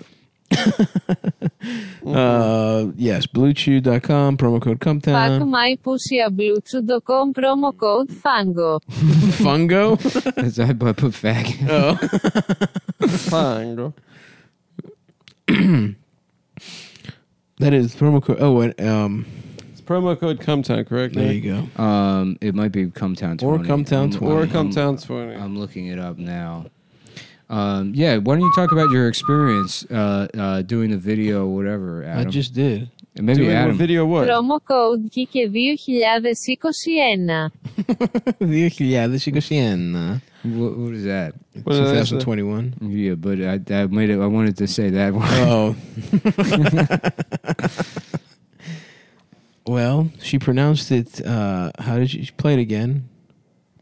Uh, yes, BlueChew.com promo code
Fuck
Cumtown.
my pussy at Blitzu.com. Promo code Fango.
Fungo.
That's- I put put fag.
Fine.
that is promo code. Oh, and, um,
It's promo code Cumtown, correct?
there
Nick?
you go.
Um, it might be come town
Or
twenty.
Come Town
I'm-
20.
Or
I'm-
Cumtown twenty.
I'm looking it up now. Um, yeah, why don't you talk about your experience uh, uh, doing the video, whatever?
I
Adam.
just did.
And maybe
Doing what
Adam.
video what?
Promo code Kike 2021.
yeah, this you go see in uh,
What, what is that?
What is that?
2021.
Yeah, but I, I made it. I wanted to say that one.
Oh. well, she pronounced it. Uh, how did she, she play it again?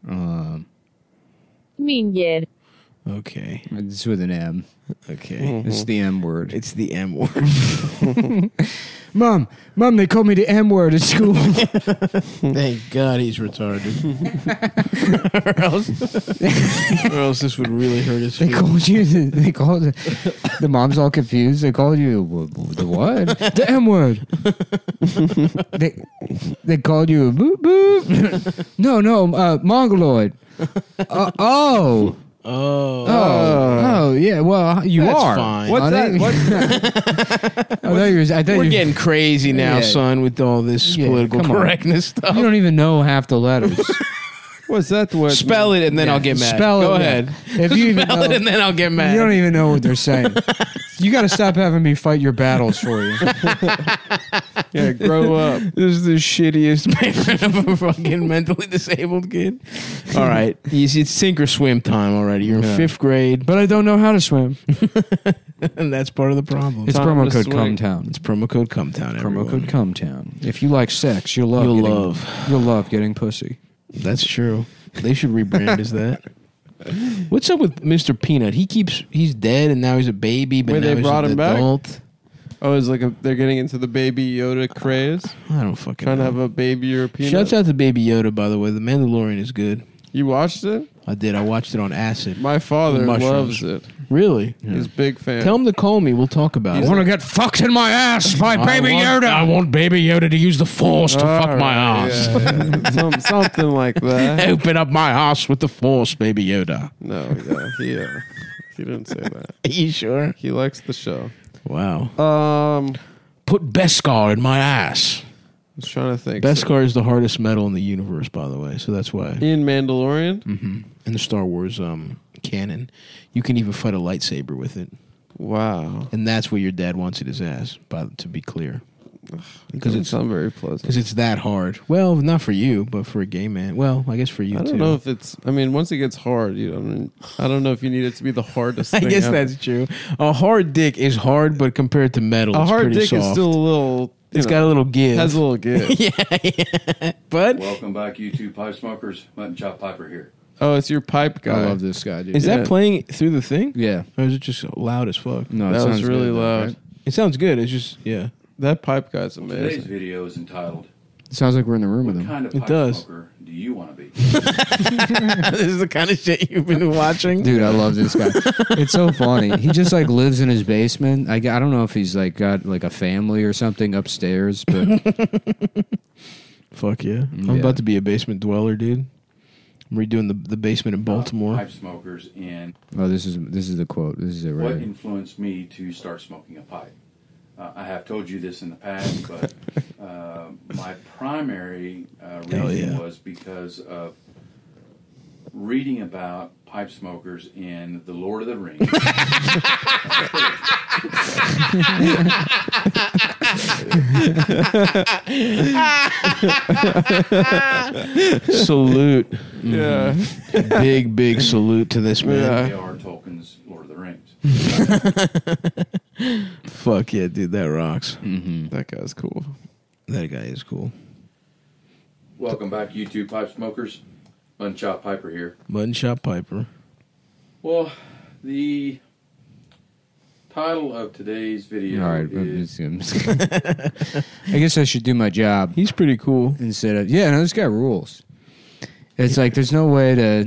Um,
Minger.
Okay,
it's with an M.
okay.
It's the M word.
It's the M word.
mom, mom, they called me the M word at school.
Thank God he's retarded. or, else, or else this would really hurt his
They
feelings.
called you. The, they called the, the mom's all confused. They called you w- w- the what? The M word. they they called you a boop boop. no no uh, mongoloid. Uh, oh.
Oh,
oh oh yeah. Well you
that's
are.
fine.
What's
I
that?
think-
What's that?
I thought you was- I thought you
We're
was-
getting crazy now,
Yeah.
son, with all this
Yeah,
political
come on.
correctness stuff.
You don't even know half the letters.
What's that word?
Spell it and then I'll get mad.
Spell
Go
it.
ahead.
If you even
Spell
know,
it and then I'll get mad.
you don't even know what they're saying. you got to stop having me fight your battles for you.
Yeah, grow up.
This is the shittiest parent of a fucking mentally disabled kid. All right, You see, it's sink or swim time already. You're in
Yeah.
fifth grade,
But I don't know how to swim.
and that's part of the problem.
It's
Time
promo
to
code
swing.
Cometown.
It's promo code Cumtown.
Promo
everyone.
code Cometown. If you like sex, you'll love.
You'll
getting,
love.
You'll love getting pussy.
That's true. They should rebrand as that. What's up with Mr. Peanut? He keeps he's dead, and now he's a baby. But
Wait,
now
they
he's
brought
an
him back?
adult.
Oh, it's like a, they're getting into the baby Yoda craze.
I don't fucking.
Trying to
know.
have a baby European.
Shouts out to Baby Yoda, by the way. The Mandalorian is good.
You watched it?
I did. I watched it on acid.
My father loves
Mushrooms.
it.
Really?
He's a big fan.
Tell him to call me. We'll talk about it.
to get fucked in my ass by
I want Baby Yoda to use the Force to
All
fuck my
right,
ass.
yeah, yeah. Some, something like that.
Open up my ass with the Force, Baby Yoda.
No, yeah, he, uh, he didn't say that.
Are you sure?
He likes the show.
Wow.
Um,
Put Beskar in my ass.
I was trying to think.
Beskar is the hardest metal in the universe, by the way. So that's why
in Mandalorian.
Hmm. in the Star Wars um, canon, you can even fight a lightsaber with it,
Wow,
and that's where your dad wants it his ass. By to be clear, because
doesn't
it's
sound very
because
pleasant.
it's that hard. Well, not for you, but for a gay man. Well, I guess for you
I
too.
don't know if it's. I mean, once it gets hard, you don't. I don't know if you need it to be the hardest.
I
thing
guess
ever.
that's true. A hard dick is hard, but compared to metal,
a
it's
hard
pretty
dick
soft.
is still a little. You
It's
know,
got a little give.
has a little give.
but
Welcome back, you two pipe smokers. Mutton Chop Piper here.
Oh, it's your pipe guy.
I love this guy, dude.
is
Yeah.
that playing through the thing?
yeah.
Or is it just loud as fuck?
No, it
That was
sounds
really
good, though,
loud.
right?
It sounds good. It's just yeah.
That pipe guy's
Today's
amazing.
video is entitled
Sounds like we're in the room with
"What
him.
kind of
It
pipe
does.
smoker do you want to be?"
this is the kind of shit you've been watching.
Dude, I love this guy. it's so funny. He just like lives in his basement. I, I don't know if he's like got like a family or something upstairs, but
Fuck Mm, yeah.
Yeah.
I'm about to be a basement dweller, dude. I'm redoing the, the basement in Baltimore.
Pipe smokers and
oh, this is this is the quote. This is it
what
right. here.
influenced me to start smoking a pipe. Uh, I have told you this in the past, but uh, my primary uh,
Hell
reason
yeah.
was because of reading about pipe smokers in The Lord of the Rings.
salute.
Yeah.
Big, big salute to this man.
J.R. Tolkien's Lord of the Rings.
Fuck yeah, dude. That rocks.
That guy's cool.
That guy is cool.
Welcome back, YouTube pipe smokers. Unchop Piper here.
Mutton Shop Piper.
Well, the title of today's video
All right,
is
I'm just- I'm just- I guess I should do my job.
He's pretty cool.
instead of yeah no this guy rules it's like there's no way to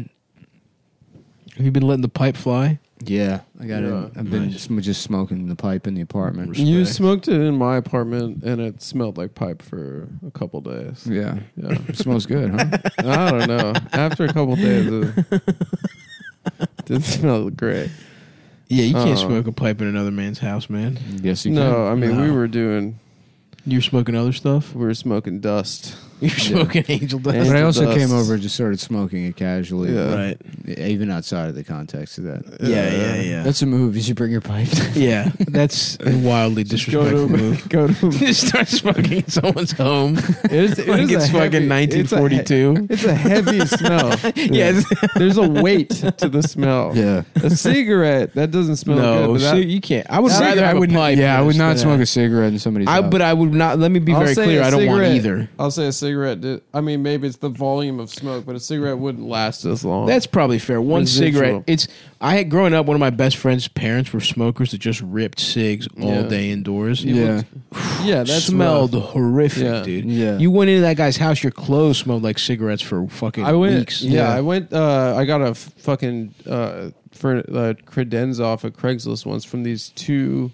Have you been letting the pipe fly?
yeah i gotta
Yeah,
i've been sm just smoking the pipe in the apartment
You
Respect.
smoked it in my apartment, and it smelled like pipe for a couple days.
yeah
Yeah.
it smells good huh
I don't know. After a couple days, it didn't smell great.
Yeah, you can't
Uh.
smoke a pipe in another man's house, man.
yes you
No, I mean we
No.
were doing,
You're smoking other stuff?
we were smoking dust.
You're smoking angel
can
dust.
but i
Angel
also
dust.
came over and just started smoking it casually
Yeah.
Right.
even outside of the context of that
Yeah, yeah, yeah.
that's a move you should bring your pipe
yeah, that's a wildly disrespectful move.
go to.
Just start smoking in someone's home.
It is, it
Like
is a
it's fucking
heavy- it's a he-
1942.
It's a heavy smell.
Yes.
There's a weight to the smell.
yeah
A cigarette that doesn't smell
No,
good. but that-
see, you can't. I would
Cigarette,
rather have
I
a
would
pipe.
yeah i would not
than
smoke
that.
a cigarette in somebody's
I,
house.
but I would not. Let me be
I'll
very
say
clear.
a
I don't want
cigarette-
either.
I'll say a cigarette. Did, I mean, maybe it's the volume of smoke, but a cigarette wouldn't last as long.
That's probably fair. One
Residual.
cigarette. It's. I had growing up. One of my best friend's parents were smokers that just ripped cigs all
Yeah.
day indoors.
yeah
yeah. That
That smelled horrific,
Yeah.
dude.
Yeah.
You went into that guy's house, your clothes smelled like cigarettes for fucking
I went.
weeks.
Yeah, I went. Uh, I got a f- fucking uh, for uh, credenza off of Craigslist once from these two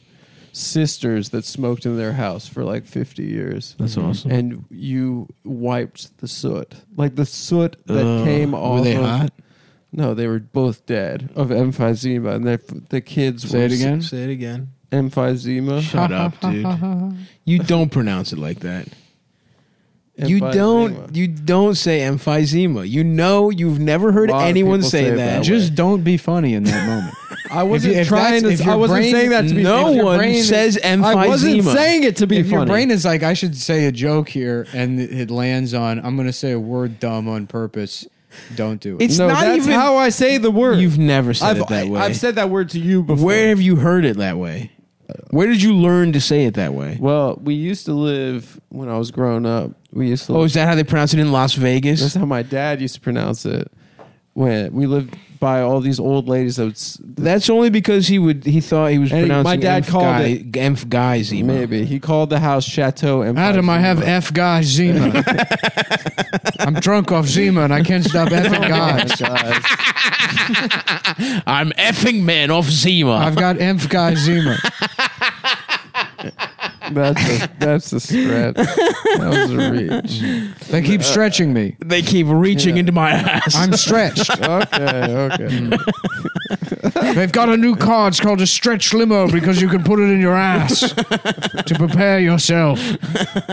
sisters that smoked in their house for like 50 years. That's
awesome.
And you wiped the soot, like the soot that
Uh,
came off.
Were they
of-
hot?
No, they were both dead of emphysema, and their the kids
Say
were
it again.
Say it again.
Emphysema.
Shut up, dude. You don't pronounce it like that. You
Emphysema.
don't. You don't say emphysema. You know you've never heard
A lot of
anyone
people
say,
say it
that.
that way.
just don't be funny in that moment
I wasn't
if
trying
that's-
to.
if your
I wasn't
brain-
saying that to be.
no
if your
one
brain-
says
I wasn't
emphysema.
saying it to be
if
funny.
your brain is like, I should say a joke here, and it lands on, I'm going to say a word dumb on purpose. Don't do it.
It's
no,
not
that's
even.
how I say the word.
you've never said
I've,
it that way.
I, have said that word to you before.
Where have you heard it that way? Where did you learn to say it that way?
Well, we used to live when I was growing up. We used to.
Oh,
live,
is that how they pronounce it in Las
that's
Vegas?
how my dad used to pronounce it. When we lived by all these old ladies, that would, s-
That's only because he would. He thought he was
And
pronouncing.
my dad
emph
called
guy,
it-
emphysema.
maybe he called the house Chateau Empire.
Adam, I have F guy Zima. I'm drunk off Zima, and I can't stop effing guys.
I'm effing man off Zima.
I've got F guy Zima.
That's a, that's a stretch. That was a reach.
They keep stretching me.
they keep reaching into my ass.
I'm stretched.
Okay, okay.
They've got a new car. It's called a stretch limo because you can put it in your ass to prepare yourself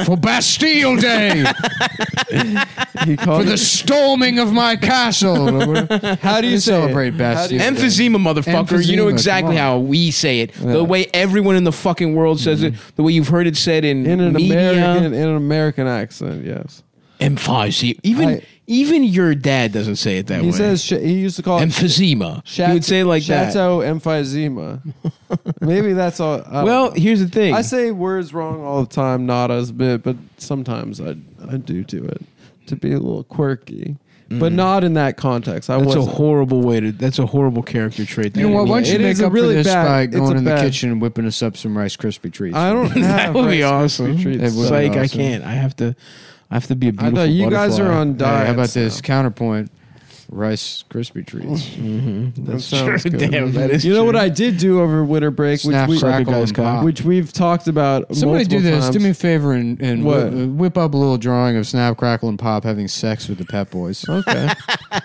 for Bastille Day,
He
for
called.
the
it-
storming of my castle.
how do you
We
say it?
celebrate Bastille
How do you say it?
Emphysema, motherfucker. you
Emphysema,
know
come
exactly
on.
how we say it. The way everyone in the fucking world says it. The way you've heard it said in,
Mm. in an
media.
American in an American accent? Yes.
Emphysema. Even
I-
even your dad doesn't say it that
He
way.
says sh- he used to call it
emphysema.
Chat-
he would say it like that.
Chateau emphysema. Maybe that's all. I don't
Well,
know.
here's the thing.
uh, I say words wrong all the time, not as bit, but sometimes I I do do it to be a little quirky. but not in that context. I
Mm. That's a
wasn't.
horrible way to. That's a horrible character trait.
You know what? Why
Yeah,
don't you
it
make
is a
up
really
for this
bad-
by
it's
going
a
in the
bad-
kitchen and whipping us up some Rice Krispie treats?
I don't have.
that would be
Rice Krispie
awesome.
treats.
It would
Psych,
be
I
awesome.
can't. I have to. I have to be a
I
beautiful.
thought you guys are
butterfly.
on
Hey,
diet.
how about this counterpoint? Rice Krispie treats.
That's
Sure, damn, that is
you know
true.
what I did do over winter break,
Snap,
which, we,
crackle, and pop.
which we've talked about.
Somebody do
multiple
this.
times.
Do me a favor and, and
What?
whi- uh, whip up a little drawing of Snap, Crackle, and Pop having sex with the Pep Boys. what
Okay.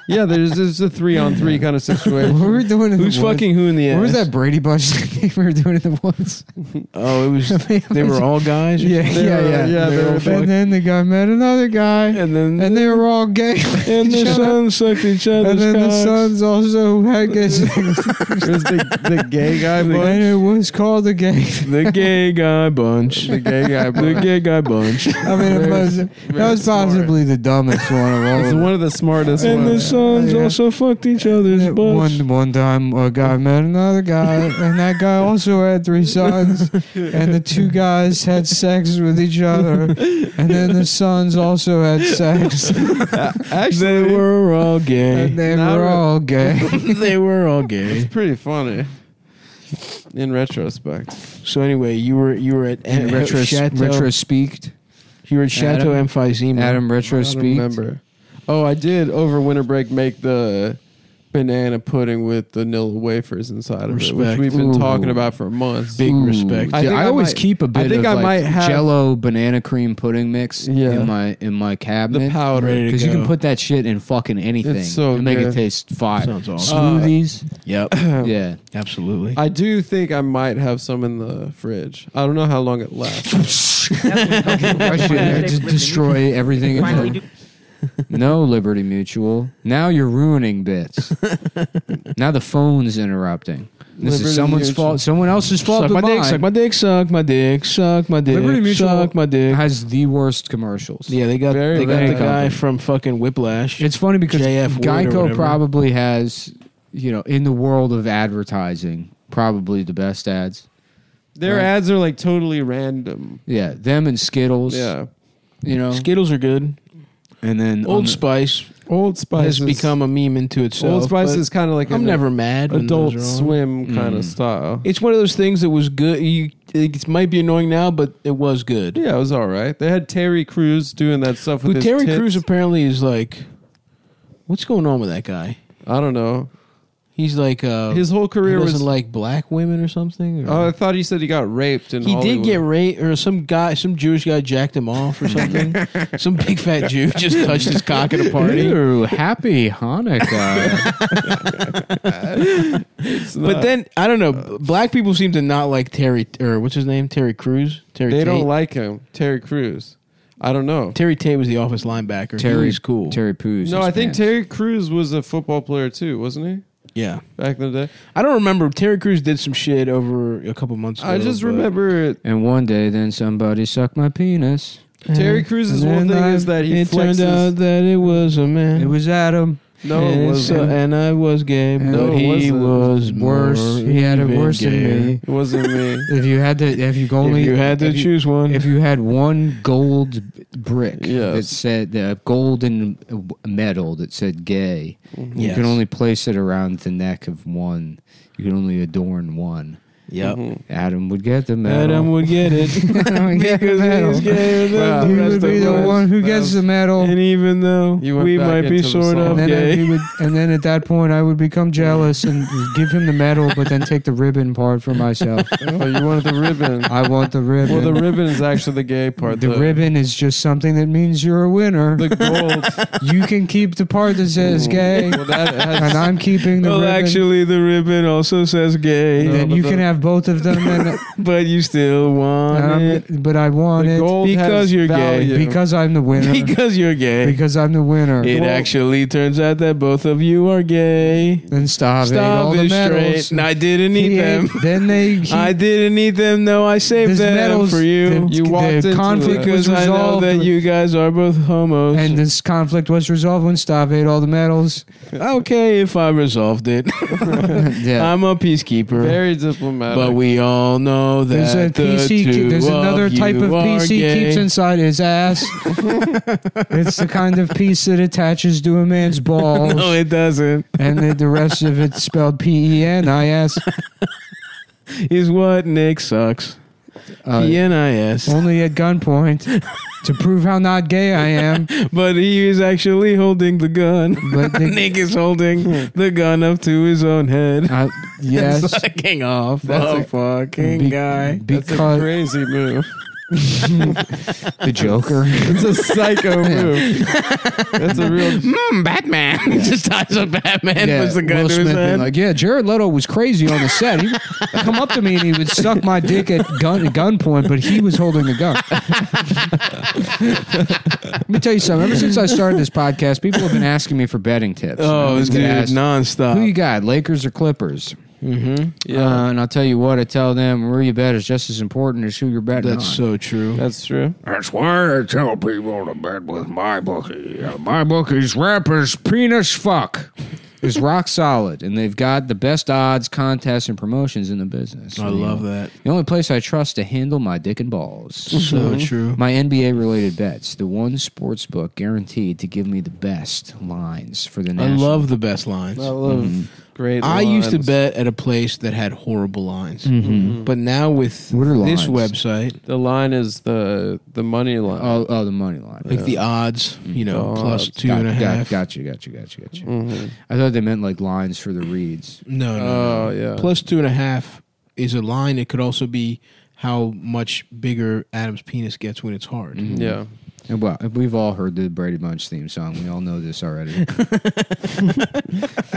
yeah, there's, there's a three on three kind of situation.
were we doing in
Who's
the woods?
fucking who in the ass?
What was that Brady Bunch thing we were doing in the woods?
Oh, it was. they were all guys. or
Yeah,
something?
yeah, yeah.
yeah, they were
and
fucking-
then the guy met another guy, and,
And then and,
they were all gay.
the sun sucked each other's
and then the
cocks.
sons also had gay sex.
there's the, the gay guy
and
bunch.
it was called the gay.
The gay guy bunch.
The gay guy
the
bunch.
gay guy bunch.
I mean, it was, that was
smart.
possibly the dumbest one of all.
It's
of them.
one of the smartest
and the
ones.
sons
Yeah.
also fucked each other's
That
butts.
One one time, a guy met another guy, and that guy also had three sons, and the two guys had sex with each other, and then the sons also had sex,
They
Actually,
were all
and
gay.
they
Now
were
we're-
all gay.
they were all gay.
it's pretty funny. In retrospect,
So anyway, you were you were at
And retro
Chateau.
retro speaked.
you were at Chateau
Adam-
Emphysema.
Adam retro
I don't
speaked.
remember. Oh, I did over winter break make the banana pudding with vanilla wafers inside of it, which
Respect.
we've been
Ooh.
talking about for months.
Big respect.
Hmm. I
I,
think I
always
might-
keep a
I
bit
think
of
I
like
might have-
Jello banana cream pudding mix
Yeah.
in my in my cabinet.
the powder.
Ready to
Because you
go.
can put that shit in fucking anything
It's so
and make
good.
it taste fire.
Sounds awesome.
Smoothies.
Yep.
yeah.
Absolutely.
I do think I might have some in the fridge. I don't know how long it lasts.
Rush in there, just destroy everything. in there. No Liberty Mutual. Now you're ruining bits. now the phone's interrupting. This
Liberty
is someone's
Mutual.
fault. Someone else's fault.
Suck
but
my dick,
mine
suck my dick, suck my dick, suck my dick,
Liberty Mutual
suck my dick.
has the worst commercials.
Yeah, they got
Very
they got
bad
the guy
company.
from fucking Whiplash.
It's funny because
JF Wood or
Geico
whatever.
probably has, you know, in the world of advertising, probably the best ads.
Their
Right.
ads are like totally random.
Yeah, them and Skittles.
Yeah,
you know,
Skittles are good.
and then on
Old
the-
Spice
Old Spice
has become a meme into itself.
Old Spice
but
is kind of like
I'm
an
never mad. when
adult
those are on.
swim kind of style.
It's one of those things that was good. You, it might be annoying now, but it was good.
Yeah, it was all right. They had Terry Crews doing that stuff with
But
his
Terry
tits.
Crews apparently is like, what's going on with that guy?
I don't know.
He's like, uh,
His whole
he
career
doesn't
was.
like black women or something.
oh,
Or?
I thought he said he got raped. In
he
Hollywood.
did get raped, or some guy, some Jewish guy jacked him off or something. some big fat Jew just touched his cock at a party.
Ooh, happy Hanukkah.
It's
But
not-
then I don't know. b- Black people seem to not like Terry or what's his name, Terry Crews. Terry
they
Tate.
don't like him. Terry Crews. I don't know.
Terry Tate was the office linebacker. Terry's
Terry,
cool.
Terry Poos.
No,
his
I think
pants.
Terry Crews was a football player too, wasn't he?
Yeah,
Back in the day,
I don't remember. Terry Crews did some shit over a couple months. ago.
I just
but-
remember it.
And one day, then somebody sucked my penis.
Terry Crews' whole
And
thing
I-
is that he
It turned
flexes.
out that it was a man.
It was Adam.
No,
and,
it
so-
wasn't.
and I was gay,
And
but
it
he
wasn't.
was
Worse.
more
He had it
even
worse
gayer.
than me.
It wasn't me.
If you had to, if you only,
If you had to
if you-
choose one,
If you had one gold b- brick
Yes.
that said the golden medal that said gay, you
Yes.
could only place it around the neck of one. You could only adorn one.
yep.
Mhm. Adam would get the medal.
Adam would get it
Adam would get the
because
medal.
he's gayer than
Wow.
the
He
That's
rest
would be
of
the
us.
one who gets
That's-
the medal.
And even though
You went
we
back
might be
into the song.
sort of
And then,
gay,
I- he would, and then at that point, I would become jealous and give him the medal, but then take the ribbon part for myself.
Oh, you wanted the ribbon.
I want the ribbon.
Well, the ribbon is actually the gay part.
The ribbon is just something that means you're a winner.
the gold.
you can keep the part that says gay,
Well, that has
and I'm keeping the
well,
ribbon.
actually, the ribbon also says gay,
No,
then
but
you
the-
can have both of them, and,
but you still want
and
it
I'm- but I want
the
it
gold
because
has
you're gay.
value.
because I'm the winner. Because,
because you're gay.
I'm the winner.
it
Well-
actually turns out that both of you are gay.
Then stop, eating all
Stop
the
it
medals.
straight. And I didn't
He
eat them.
ate- Then they. He,
I didn't eat them. No, I saved
this
them
medals.
for you.
The,
You
the
walked into
conflict
it.
was
because I know
resolved.
that you guys are both homos.
and this conflict was resolved when Stav ate all the medals.
okay, if I resolved it,
yeah.
I'm a peacekeeper.
Very diplomatic. problematic.
But we all know that
There's a
the
PC.
two
there's another
of
type
you
of
are
PC
gay.
keeps inside his ass. it's the kind of piece that attaches to a man's balls,
No, it doesn't.
and the, the rest of it's spelled P E N I S.
Is what Nick sucks.
Uh,
P-N-I-S.
Only at gunpoint to prove how not gay I am.
But he is actually holding the gun.
But Hmm. the-
Nick is holding the gun up to his own head.
Uh, yes,
Fucking off.
That's
That's
a-
fucking
Be-
guy.
That's a
because
crazy move.
the Joker.
It's a psycho move. That's a real.
Mm, Batman. He just ties up Batman, puts the gun
Will
to his
Smith been
head.
like, yeah, Jared Leto was crazy on the set. He would come up to me and he would suck my dick at gun gunpoint, but he was holding a gun. Let me tell you something. Ever since I started this podcast, people have been asking me for betting tips.
oh,
Everyone's
dude,
gonna ask,
nonstop.
who you got, Lakers or Clippers?
mm-hmm.
Yeah,
Uh, and I'll tell you what, I tell them where you bet is just as important as who you're betting
That's
on.
so true.
that's true.
That's why I tell people to bet with my bookie. Uh, My bookie's rappers penis fuck is rock solid, and they've got the best odds, contests, and promotions in the business.
I
And, you
love
know,
that.
The only place I trust to handle my dick and balls.
So true.
My NBA related bets, the one sports book guaranteed to give me the best lines for the
I
national.
love the best lines.
I love
Mm-hmm.
great.
I used to
lines.
bet at a place that had horrible lines,
Mhm.
but now with
What are
Mm-hmm. this
lines?
website,
The line is the the money line.
Oh, oh, the money line.
like the odds, you know,
Oh,
plus
odds.
two
got,
and a half. Mm-hmm.
got- Gotcha, gotcha, gotcha, gotcha. I thought they meant like lines for the reads.
No, no,
Oh,
no.
yeah.
Plus two and a half is a line. It could also be how much bigger Adam's penis gets when it's hard.
Mm-hmm.
yeah,
And well, we've all heard the Brady Bunch theme song. We all know this already.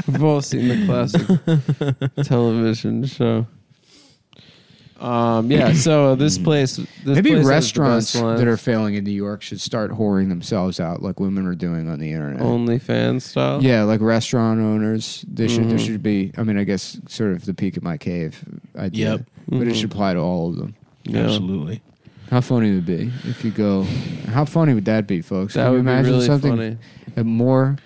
we've all seen the classic television show. Um. Yeah. So this place, this
Mm-hmm. Maybe
place has the
restaurants
best lines.
that are failing in New York should start whoring themselves out like women are doing on the internet.
Oh, OnlyFans style.
Yeah, like restaurant owners, they should
Mm-hmm.
there should be. I mean, I guess sort of the peak of my cave idea,
Yep.
but it
Mm-hmm.
should apply to all of them.
Yeah.
Absolutely.
How funny would it be if you go? How funny would that be, folks?
That
Can you
would
imagine
be really
something
funny.
uh, more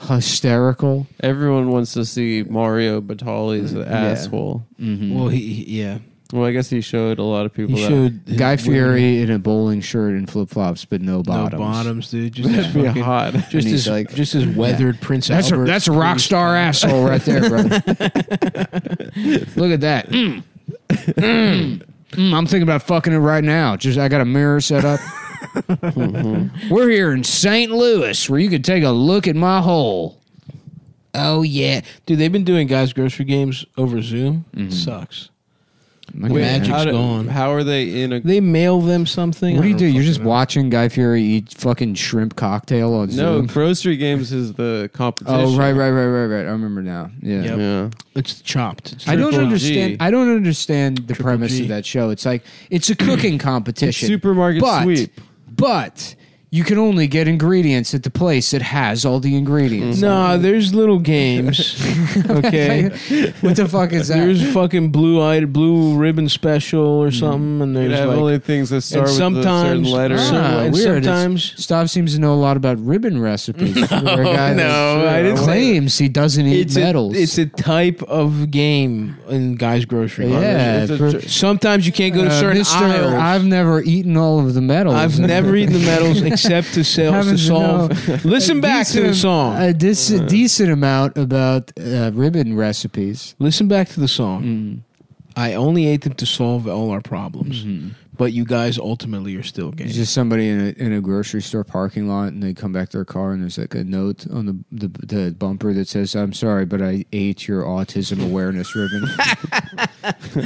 hysterical?
Everyone wants to see Mario Batali's asshole.
Mm-hmm.
Well, he, he- yeah,
Well, I guess he showed a lot of people.
he
that.
showed his
Guy
women-
Fieri in a bowling shirt and flip flops, but no
No
bottoms.
bottoms, dude. Just his
That'd be
fucking,
hot.
just
And he's
his
like-
like, just his weathered Prince
That's
Albert.
a that's a rock star asshole right there, brother. Look at that. Mm. Mm. Mm, I'm thinking about fucking it right now. Just I got a mirror set up. We're here in St. Louis, where you could take a look at my hole.
Oh yeah, dude. They've been doing guys' grocery games over Zoom.
Mm-hmm.
Sucks.
Wait,
Magic's
how, do-
gone.
how are they in a?
They mail them something.
what do
I
you
don't
do? You're just
fucking know.
watching Guy Fieri eat fucking shrimp cocktail on
no,
Zoom.
grocery games is the competition.
Oh right, right, right, right, right. I remember now. Yeah.
Yep.
Yeah.
It's chopped. It's
I don't
Triple G.
understand. I don't understand the premise
G.
of that show. It's like it's a cooking competition,
It's supermarket
but,
sweep.
but you can only get ingredients at the place that has all the ingredients.
No, there's little games. okay.
what the fuck is that?
There's fucking blue eyed blue ribbon special or something and
They
there's
have
like
only things that start with
and
a certain
sometimes
letter.
some-
Ah,
and
weird. It's-
sometimes
Stav seems to know a lot about ribbon recipes. no,
no, I didn't say-
claims he doesn't eat
it's
medals.
a, it's a type of game in guys grocery.
yeah,
It's a
for-
tr-
Sometimes you can't go to
uh,
certain
Mr.
aisles.
I've never eaten all of the medals.
I've never eaten the medals except to sales to
Haven't-
solve. Listen back to the
decent-
song.
A dis- decent amount about uh, ribbon recipes.
Listen back to the song.
Hmm.
I only ate them to solve all our problems. But you guys ultimately are still gay.
It's Mm-hmm. just somebody in a, in a grocery store parking lot, and they come back to their car, and there's like a note on the, the the bumper that says, "I'm sorry, but I ate your autism awareness ribbon.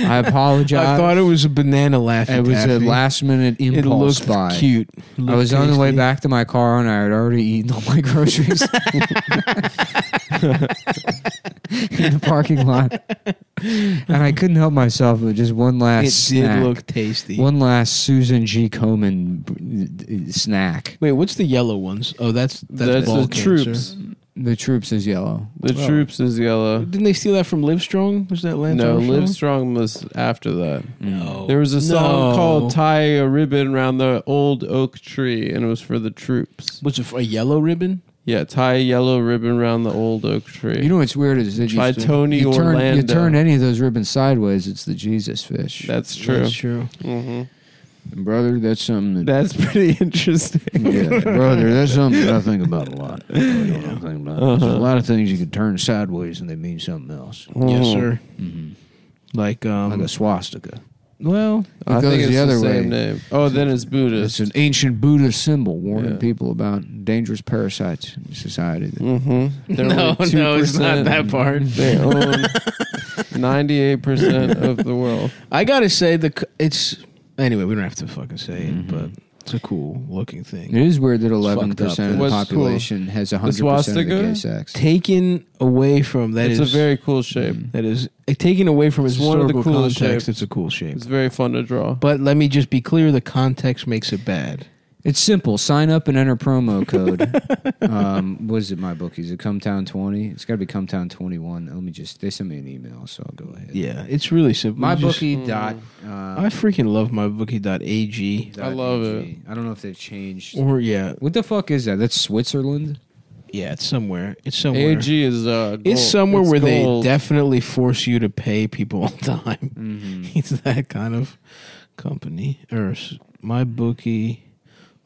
I apologize.
I thought it was a banana laughing.
it was a
Taffy.
last minute
It
impulse
looked
buy.
cute.
I was on the way back to my car, and I had already eaten all my groceries in the parking lot, and I couldn't help myself with just one last
It
snack.
did look tasty.
One last Susan G. Komen b- snack.
Wait, what's the yellow ones? Oh, that's that's,
That's
ball
the
cancer.
troops.
The troops is yellow.
The
Wow.
troops is yellow.
Didn't they steal that from Livestrong? Was that Lance
No,
Armstrong? Oh.
Livestrong was after that.
No,
There was a song
No.
called "Tie a Ribbon Around the Old Oak Tree," and it was for the troops.
Was it a yellow ribbon?
Yeah, tie a yellow ribbon around the old oak tree.
You know what's weird is that you,
By Tony
you turn, you
Orlando.
turn any of those ribbons sideways, it's the Jesus fish.
that's true.
That's true.
hmm
And brother, that's something that,
That's pretty interesting.
yeah, brother, that's something that I think about a lot. I don't know nothing about it. There's a lot of things you can turn sideways and they mean something else.
Yes,
Mhm.
sir. Like um,
Like a swastika.
well,
I
It goes
think it's
the
the,
other
same
way.
name. Oh, then it's Buddhist.
It's an ancient Buddhist symbol warning
Yeah.
people about dangerous parasites in society.
Mm-hmm. They're
no,
only
no, it's not
2%.
that part.
They own ninety-eight percent of the world.
I gotta say the c- it's anyway. We don't have to fucking say it, but it's a cool looking
It
thing.
is weird that 11%
fucked up.
of the
What's cool?
population has 100% of the
swastika?
gay sex.
Taken away from that
it's
is
a very cool shape.
that is uh, taken away from its
It's one of the
historical
coolest
context.
shapes.
It's a cool shape.
It's very fun to draw.
But let me just be clear: the context makes it bad.
It's simple. Sign up and enter promo code. um, what is it, my bookies? Is it Cometown 20? It's got to be Cometown 21. Let me just, they sent me an email, so I'll go ahead.
Yeah, it's really simple. You just-
MyBookie dot.
I
Uh,
freaking love mybookie.ag.
dot
love
AG. I don't know if they've changed.
Or yeah,
What the fuck is that? That's Switzerland?
yeah, it's somewhere. It's somewhere.
AG is uh, gold.
It's somewhere where
gold.
they definitely force you to pay people all the time. It's that kind of company. Or s- my bookie.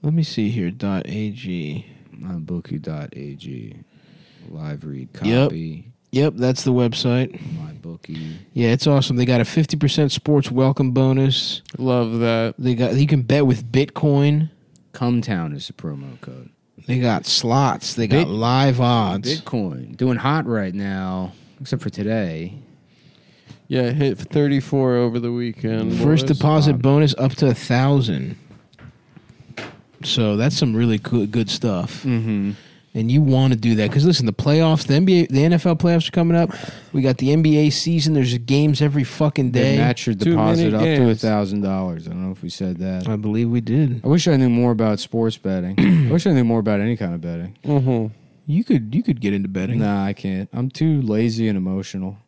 Let me see here. Dot ag.
MyBookie.ag. Live read copy.
Yep, that's the website.
MyBookie.
Yeah, it's awesome. They got a fifty percent sports welcome bonus.
love that.
They got you can bet with Bitcoin.
Cometown is the promo code.
They got slots. They got
Bit-
live odds.
Bitcoin. Doing hot right now, except for today.
Yeah, it hit thirty-four over the weekend.
First
boys.
deposit
odd.
bonus up to a thousand. So that's some really good, good stuff.
Mm-hmm.
and you want to do that because listen, the playoffs, the NBA, the NFL playoffs are coming up. We got the NBA season. There's games every fucking
They
day.
match your
Too many
deposit up to a
games.
thousand dollars. I don't know if we said that.
I believe we did.
I wish I knew more about sports betting. I wish I knew more about any kind of betting.
Mhm.
You could you could get into betting.
Nah, I can't. I'm too lazy and emotional.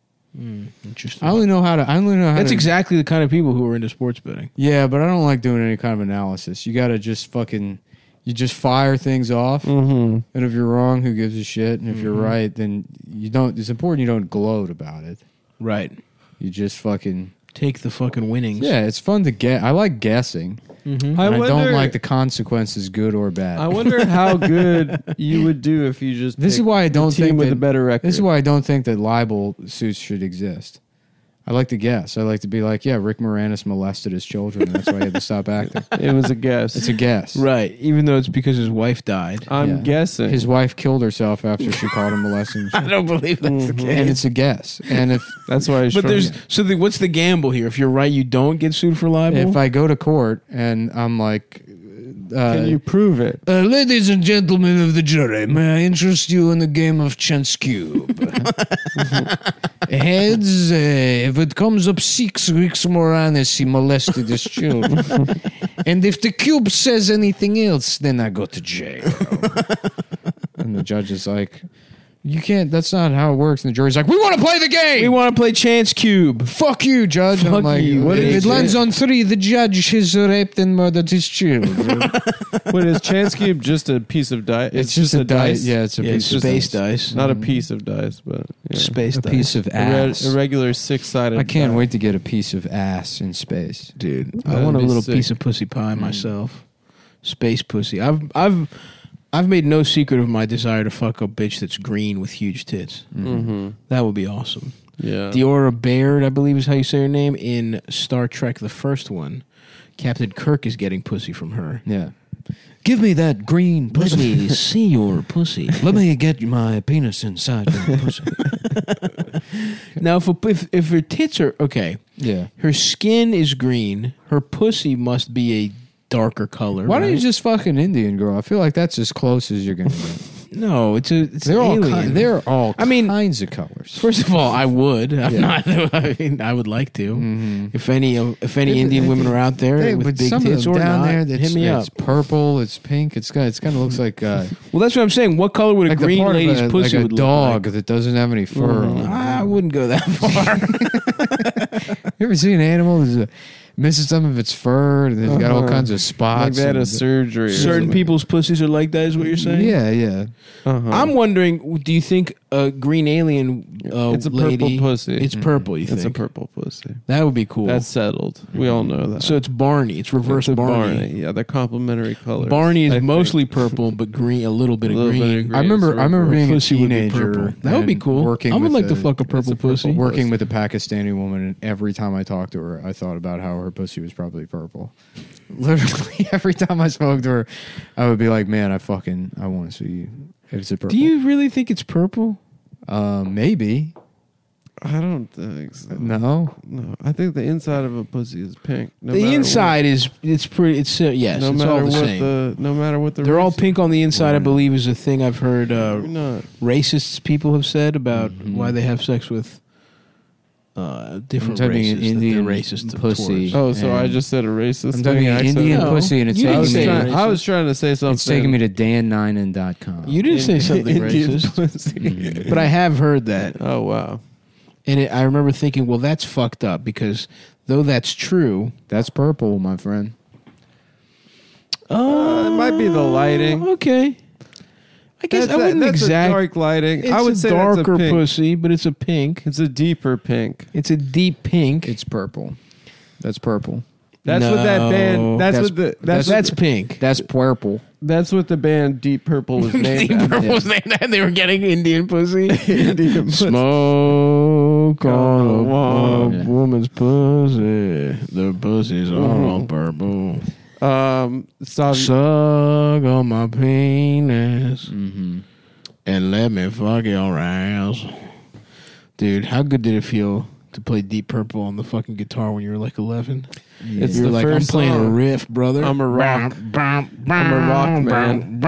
Interesting.
I only know how to. I only know how.
That's
to,
exactly the kind of people who are into sports betting.
Yeah, but I don't like doing any kind of analysis. You got to just fucking. You just fire things off,
Mhm.
and if you're wrong, who gives a shit? And if you're right, then you don't. It's important you don't gloat about it.
Right.
You just fucking.
Take the fucking winnings.
Yeah, it's fun to get. I like guessing.
I,
and I don't
wonder-
like the consequences, good or bad.
I wonder how good you would do if you just.
This is
picked
why I don't
the team
think
with
that-
a better record.
This is why I don't think that libel suits should exist. I like to guess. I like to be like, yeah, Rick Moranis molested his children. And that's why he had to stop acting.
it was a guess.
It's a guess.
Right. Even though it's because his wife died.
I'm
Yeah.
guessing.
His wife killed herself after she called him molesting.
I don't believe that's the case.
And it's a guess. And if
That's why. I
but
shrunk
there's
it.
so the, what's the gamble here? If you're right, you don't get sued for libel.
if I go to court and I'm like, uh,
Can you prove it?
uh, ladies and gentlemen of the jury, may I interest you in a game of chance cube? Heads, uh, if it comes up six, Rix Moranis, he molested his children. and if the cube says anything else, then I go to jail. and the judge is like, you can't, that's not how it works. And the jury's like, we want to play the game!
we want to play chance cube.
Fuck you, judge. I'm
Fuck
like,
you. What
if
did
it
he
lands
do?
on three, the judge has raped and murdered his children.
Wait, is chance cube just a piece of dice?
It's, just, a, dice. Yeah, it's a
Yeah,
piece
it's
of
space
dice.
dice.
not a piece of dice, but yeah.
space
A
dice.
piece of
A re-
ass.
a regular six-sided.
I can't
die.
wait to get a piece of ass in space.
dude.
That'd
I want a
be
little
sick.
piece of pussy pie
Mm.
myself. Space pussy. I've I've I've made no secret of my desire to fuck a bitch that's green with huge tits.
Mm.
Mhm.
That would be awesome.
Yeah.
Deora Baird, I believe is how you say her name in Star Trek the first one. Captain Kirk is getting pussy from her.
Yeah. Give me that green pussy.
see your pussy.
Let me get my penis inside your pussy.
now if, a, if if her tits are okay,
Yeah.
her skin is green, her pussy must be a darker color.
Why don't you
right?
just fuck an Indian girl? I feel like that's as close as you're gonna get.
No, it's a it's
They're all
alien.
ki- they're all
I mean-
kinds of colors.
First of all, I would. I'm
Yeah.
not. I mean, I would like to.
Mhm.
If any if any
They-
Indian
they-
women are out there
Hey,
with
but
big
some
tits
of them
or
down
not,
there, that's, uh,
hit me up.
It's purple. It's pink. It's got. It's kind of looks like uh,
Well, that's what I'm saying. What color would a
like the
green
part
lady's
of a,
pussy
like Mm-hmm. a
would
dog that doesn't have any fur
look
on.
like? I wouldn't go that far.
You ever see an animal that's a misses some of its fur, and they've got all
Uh-huh.
kinds of
like
spots.
that
and-
a surgery. or
Certain
something.
people's pussies are like that. Is what you're saying?
Yeah, yeah.
Uh-huh.
I'm wondering. Do you think a green alien? Uh,
It's a purple
lady,
pussy.
It's purple. You
It's a
think?
purple pussy.
that would be cool.
That's settled. We all know that.
so it's Barney. It's
It's
reverse
a
Barney. Barney.
Yeah, they're complementary colors.
is
I think.
mostly purple, but green a little bit
A
of
little bit
green.
of green.
I remember. I remember being a
Pussy would be
teenager.
purple. That would be
and
cool.
Working
I would
with
like to fuck a purple pussy.
Working with a Pakistani woman, and every time I talked to her, I thought about how her pussy was probably purple. Literally every time I spoke to her, I would be like, "Man, I fucking I want to see you. If it's a purple,
Do you really think it's purple?
Uh, maybe
I don't think so. No.
no.
I think the inside of a pussy is pink. No matter
the
what-
inside is it's pretty. It's uh, yes.
no
it's
matter
all the
what
same.
the no matter what the
They're all
race-
pink on the inside. I believe is a thing I've heard. Uh,
You're not.
racists people have said about why they have sex with uh,
I'm
different
typing in
races. that they're
Indian
racist
pussy.
towards.
Oh, so I
And-
just said a racist.
I'm talking
thing
about Indian
accidentally?
No.
pussy, and it's
You
I
didn't
was,
say
taking
trying,
me.
racist.
I was trying to say something.
It's taking me to dan9.com.
You did say something
Indian
racist,
pussy.
but I have heard that,
oh wow.
and it, I remember thinking, well, that's fucked up because though that's true,
That's purple, my friend.
Uh, it might be the lighting.
Okay, I guess
That's,
I wouldn't
a, that's
exact.
a dark lighting.
it's
I would
a
say that's
darker
a pink.
pussy, but it's a pink.
It's a deeper pink.
It's a deep pink.
It's purple. That's purple.
That's what that
No.
band. That's,
That's-
what the. That's
that's that's
that's,
pink.
That's purple.
that's what the band Deep Purple was named.
Deep
after.
purple was named that. They were getting Indian pussy.
Indian pussy.
Smoke
on a
wo-
woman's pussy. The pussy's
Mm-hmm.
all purple.
Um, so
Suck on my penis
Mm-hmm.
and let me fuck your ass. Dude, how good did it feel to play Deep Purple on the fucking guitar when you were like 11?
It's
you were
the
like,
first
I'm playing a
song.
riff, brother.
I'm a rock.
I'm
a rock man.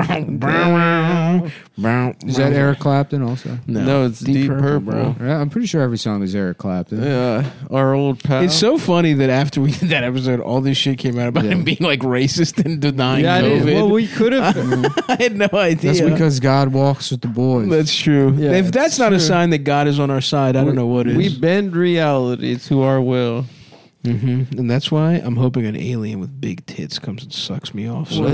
Is that Eric Clapton also?
no, it's Deep, Purple.
bro.
Yeah, I'm pretty sure every song is Eric Clapton.
Yeah, our old pal.
It's so funny that after we did that episode, all this shit came out about
Yeah.
him being like racist and denying
yeah. I didn't-
COVID.
well, we could have.
I had no idea.
That's because God walks with the boys.
That's true.
Yeah,
if that's
it's
not a
true.
sign that God is on our side, I don't know what is.
we bend reality to our will.
Mhm. And that's why I'm hoping an alien with big tits comes and sucks me off. So.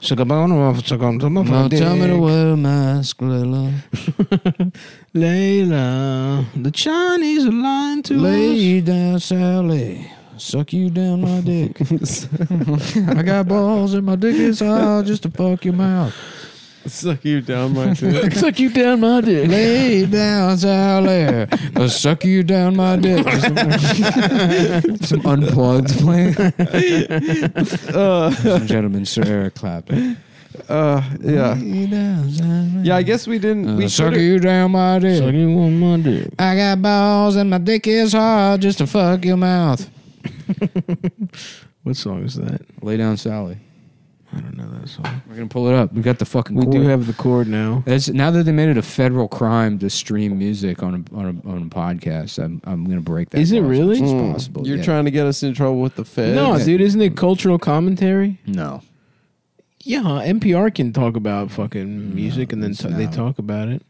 Suck a bone off, suck on some of my
Now tell me to
dick.
wear a mask, Layla.
Layla, the Chinese are lying to
Lay
us.
you down, Sally. Suck you down my dick. I got balls and my dick is hard just to fuck your mouth.
Suck you down my dick.
Suck you down my dick.
Lay down, Sally. I'll suck you down my dick. Some unplugged playing. Ladies and gentlemen, Sir Eric Clapton.
Uh, yeah,
Lay down, Sally.
yeah. I guess we didn't.
I'll
We
suck
could've-
Uh, you down my dick.
Uh, Suck you on my dick.
I got balls and my dick is hard just to fuck your mouth.
What song is that?
Lay down, Sally.
I don't know that song.
We're gonna pull it up. We got the fucking.
We do
chord.
have the chord now.
That's, now that they made it a federal crime to stream music on a, on a, on a podcast, I'm I'm gonna break that.
Is it
law as much
really?
as
Mm.
possible.
You're
yeah.
trying to get us in trouble with the Fed.
No,
Yeah.
dude, isn't it cultural commentary?
No.
Yeah, NPR can talk about fucking music and then
it's
t- they
not.
talk about it.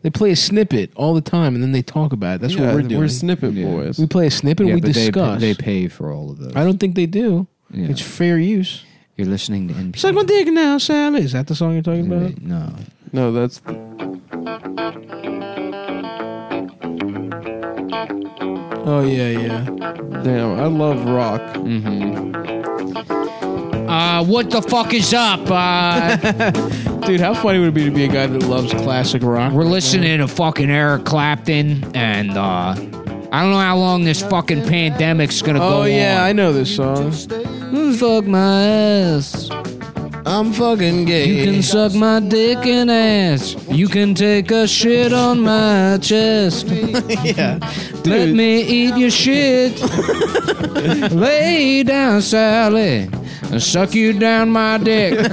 They play a snippet all the time and then they talk about it. That's
Yeah,
what we're doing.
We're snippet
Yeah.
boys.
we play a snippet
yeah,
and we
but they pa-
discuss.
They, pay for all of those.
I don't think they do.
Yeah.
It's fair use.
You're listening to NPR.
Suck my dick now, Sally. Is that the song you're talking about?
No.
No, that's
Oh yeah, yeah.
damn. I love rock.
Uh, what the fuck is up? Uh,
Dude, how funny would it be to be a guy that loves classic rock?
we're listening to fucking Eric Clapton, and uh, I don't know how long this fucking pandemic's gonna go
Oh
on.
yeah, I know this song.
Fuck my ass.
I'm fucking gay.
You can suck my dick and ass. You can take a shit on my chest.
yeah.
Let
Dude.
me eat your shit. Lay down, Sally. and Suck you down my dick.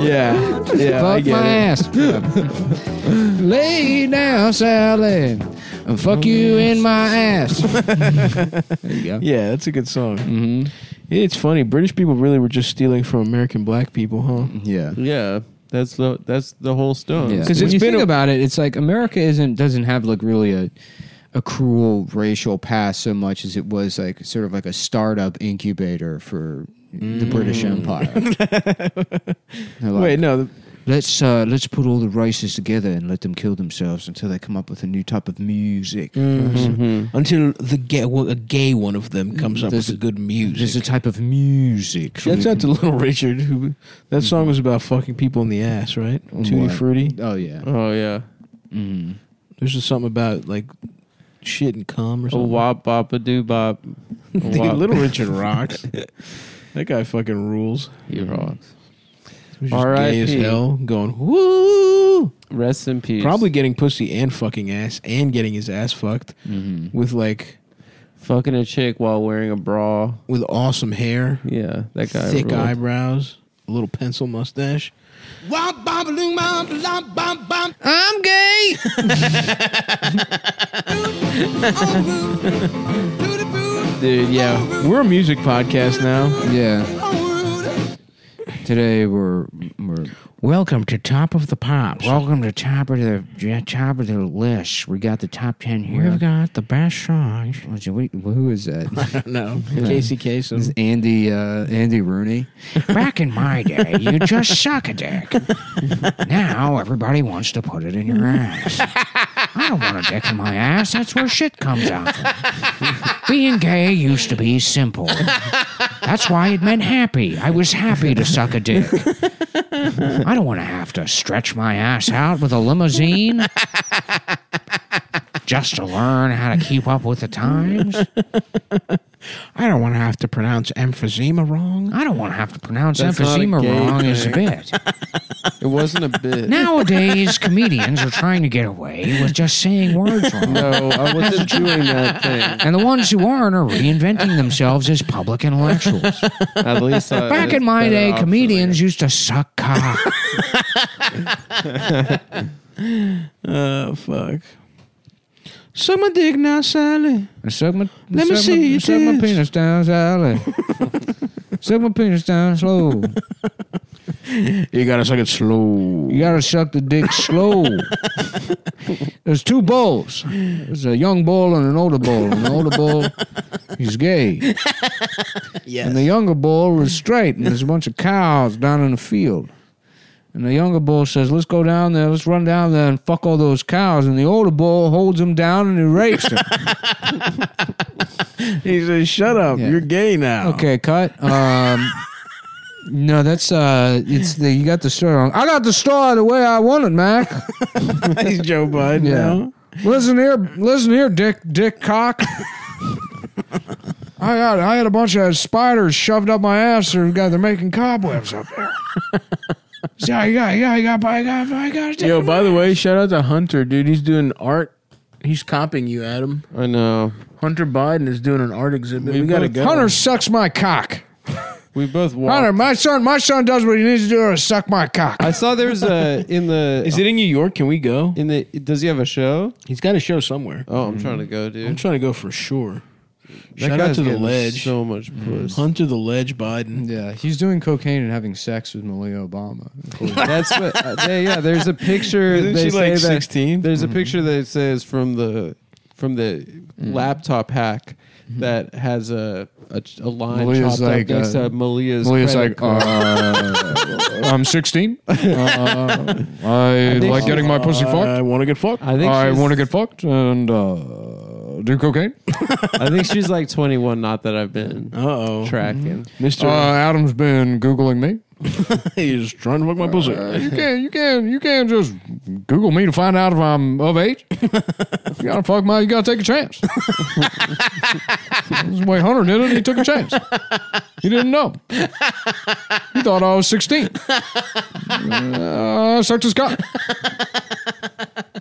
Yeah. Yeah, I
fuck my
get it.
ass. Lay down, Sally. And fuck you in my ass. there you go.
Yeah, that's a good song.
Mm-hmm.
It's funny. British people really were just stealing from American black people, huh?
Yeah.
Yeah, that's the that's the whole stone.
Because
When
if
you
you
think
think about it, it's like America isn't doesn't have like really a a cruel racial past so much as it was like sort of like a startup incubator for the British Empire. They're like,
Mm. Wait, no. the-
Let's uh, let's put all the races together and let them kill themselves until they come up with a new type of music.
Mm. Mm-hmm.
Mm-hmm.
Until the gay, well, a gay one of them comes up
There's
with a
a-
good
There's a
music.
type of music.
That's out to Little Richard. Who that song was about fucking people in the ass, right? Tutti
What?
Frutti.
Oh yeah.
Oh yeah,
Mm.
There's just something about like shit and cum or
a
something.
wop bop a doo bop. A
Dude,
wop.
Little Richard rocks. that guy fucking rules.
He rocks.
He was just
R.I.P..
gay as hell, going woo.
Rest in peace.
Probably getting pussy and fucking ass and getting his ass fucked
Mhm.
Mm-hmm.
with like
fucking a chick while wearing a bra.
with awesome hair,
Yeah, that guy.
thick
ruled.
eyebrows, a little pencil mustache.
I'm gay.
Dude, yeah, we're a music podcast now.
Mm. Yeah. Today we're we're
Welcome to Top of the Pops.
welcome to top of the yeah, top of the list. We got the top ten here.
got the best songs.
What's- wait, who is that?
no, Casey Kasem.
Is Andy uh, Andy Rooney?
Back in my day, you just suck a dick. now everybody wants to put it in your ass. I don't want a dick in my ass. That's where shit comes out. Being gay used to be simple. That's why it meant happy. I was happy to suck a dick. I don't want to have to stretch my ass out with a limousine just to learn how to keep up with the times.
I don't want to have to pronounce emphysema wrong.
I don't want to have to pronounce
That's not a
emphysema
gay
wrong as a
thing.
bit.
It wasn't a bit.
Nowadays, comedians are trying to get away with just saying words wrong.
No, I wasn't doing that thing.
And the ones who aren't are reinventing themselves as public intellectuals.
At least I,
Back in
it's
my
better
day,
option, I
comedians used to suck cock.
Oh, fuck. Summer dick now, Sally.
I Suck my,
Let
suck
me
my-
see your
suck my
tits.
penis down, Sally. suck my penis down slow.
You gotta suck it slow.
You gotta suck the dick slow. There's two bulls. There's a young bull and an older bull. And the older bull, he's gay.
Yes.
And the younger bull is straight. And there's a bunch of cows down in the field. And the younger bull says, "Let's go down there. Let's run down there and fuck all those cows." And the older bull holds him down and he rapes him.
He says, "Shut up,
Yeah.
you're gay now."
Okay, cut. Um, no, that's uh, it's the you got the story wrong. I got the story the way I want it, Mac.
he's Joe Biden
Yeah.
now.
listen here, listen here, Dick, Dick Cock. I got I had a bunch of spiders shoved up my ass. They're got they're making cobwebs up there. See, I got, I got, I got, I got, I got.
Yo, by the way, shout out to Hunter, dude. He's doing art. He's copying you, Adam.
I know.
Hunter Biden is doing an art exhibit. We, gotta
both-
go.
Hunter sucks my cock.
We both walked.
Hunter, my son, my son does what he needs to do to suck my cock.
I saw there's a in the
is it in New York? Can we go?
in the does he have a show?
He's got a show somewhere.
Oh, I'm trying to go,
I'm
dude.
trying to go for sure.
That
shout out
guy's
to the
getting
ledge,
So much puss.
Hunter the Ledge Biden.
Yeah, Uh, he's doing cocaine and having sex with Malia Obama.
That's what. uh, yeah, yeah. There's a picture.
Isn't
they
she
say
like
that-
16?
There's a picture that says from the from the laptop hack that has a a, a line
Malia's
chopped
like,
up next
uh,
to Malia's.
Malia's
credit card.
like, uh, I'm 16. Uh, I
think
like
she-
getting my pussy
I
fucked.
want to get fucked.
I think
I
she's-
want to get fucked and uh, do cocaine.
I think she's like 21. Not that I've been
Uh oh,
tracking.
Uh,
Mister,
Adam's been googling me.
he's trying to fuck my pussy.
You can't, you can't, you can't just Google me to find out if I'm of age. you gotta fuck my, you gotta take a chance. That's the way Hunter did it. He took a chance. He didn't know. He thought I was 16. Uh, I sucked his cock.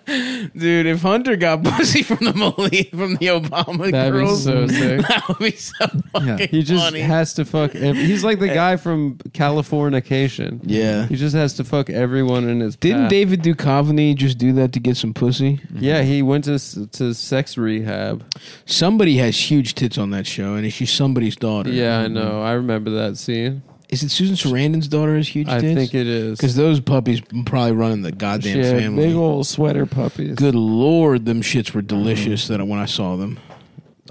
Dude, if Hunter got pussy from the Mali, from the Obama
That'd be
girls,
so sick.
that would be so fucking
He just
funny.
has to fuck. Ev- he's like the guy from Californication.
yeah.
He just has to fuck everyone in his.
Didn't
path.
David Duchovny just do that to get some pussy?
Yeah, he went to s- to sex rehab.
Somebody has huge tits on that show, and she's somebody's daughter.
Yeah, I know. I remember that scene.
Is it Susan Sarandon's daughter is huge
I
tits?
think it is.
Because those puppies probably running the goddamn
Yeah,
family.
big old sweater puppies.
Good lord, them shits were delicious that when I saw them.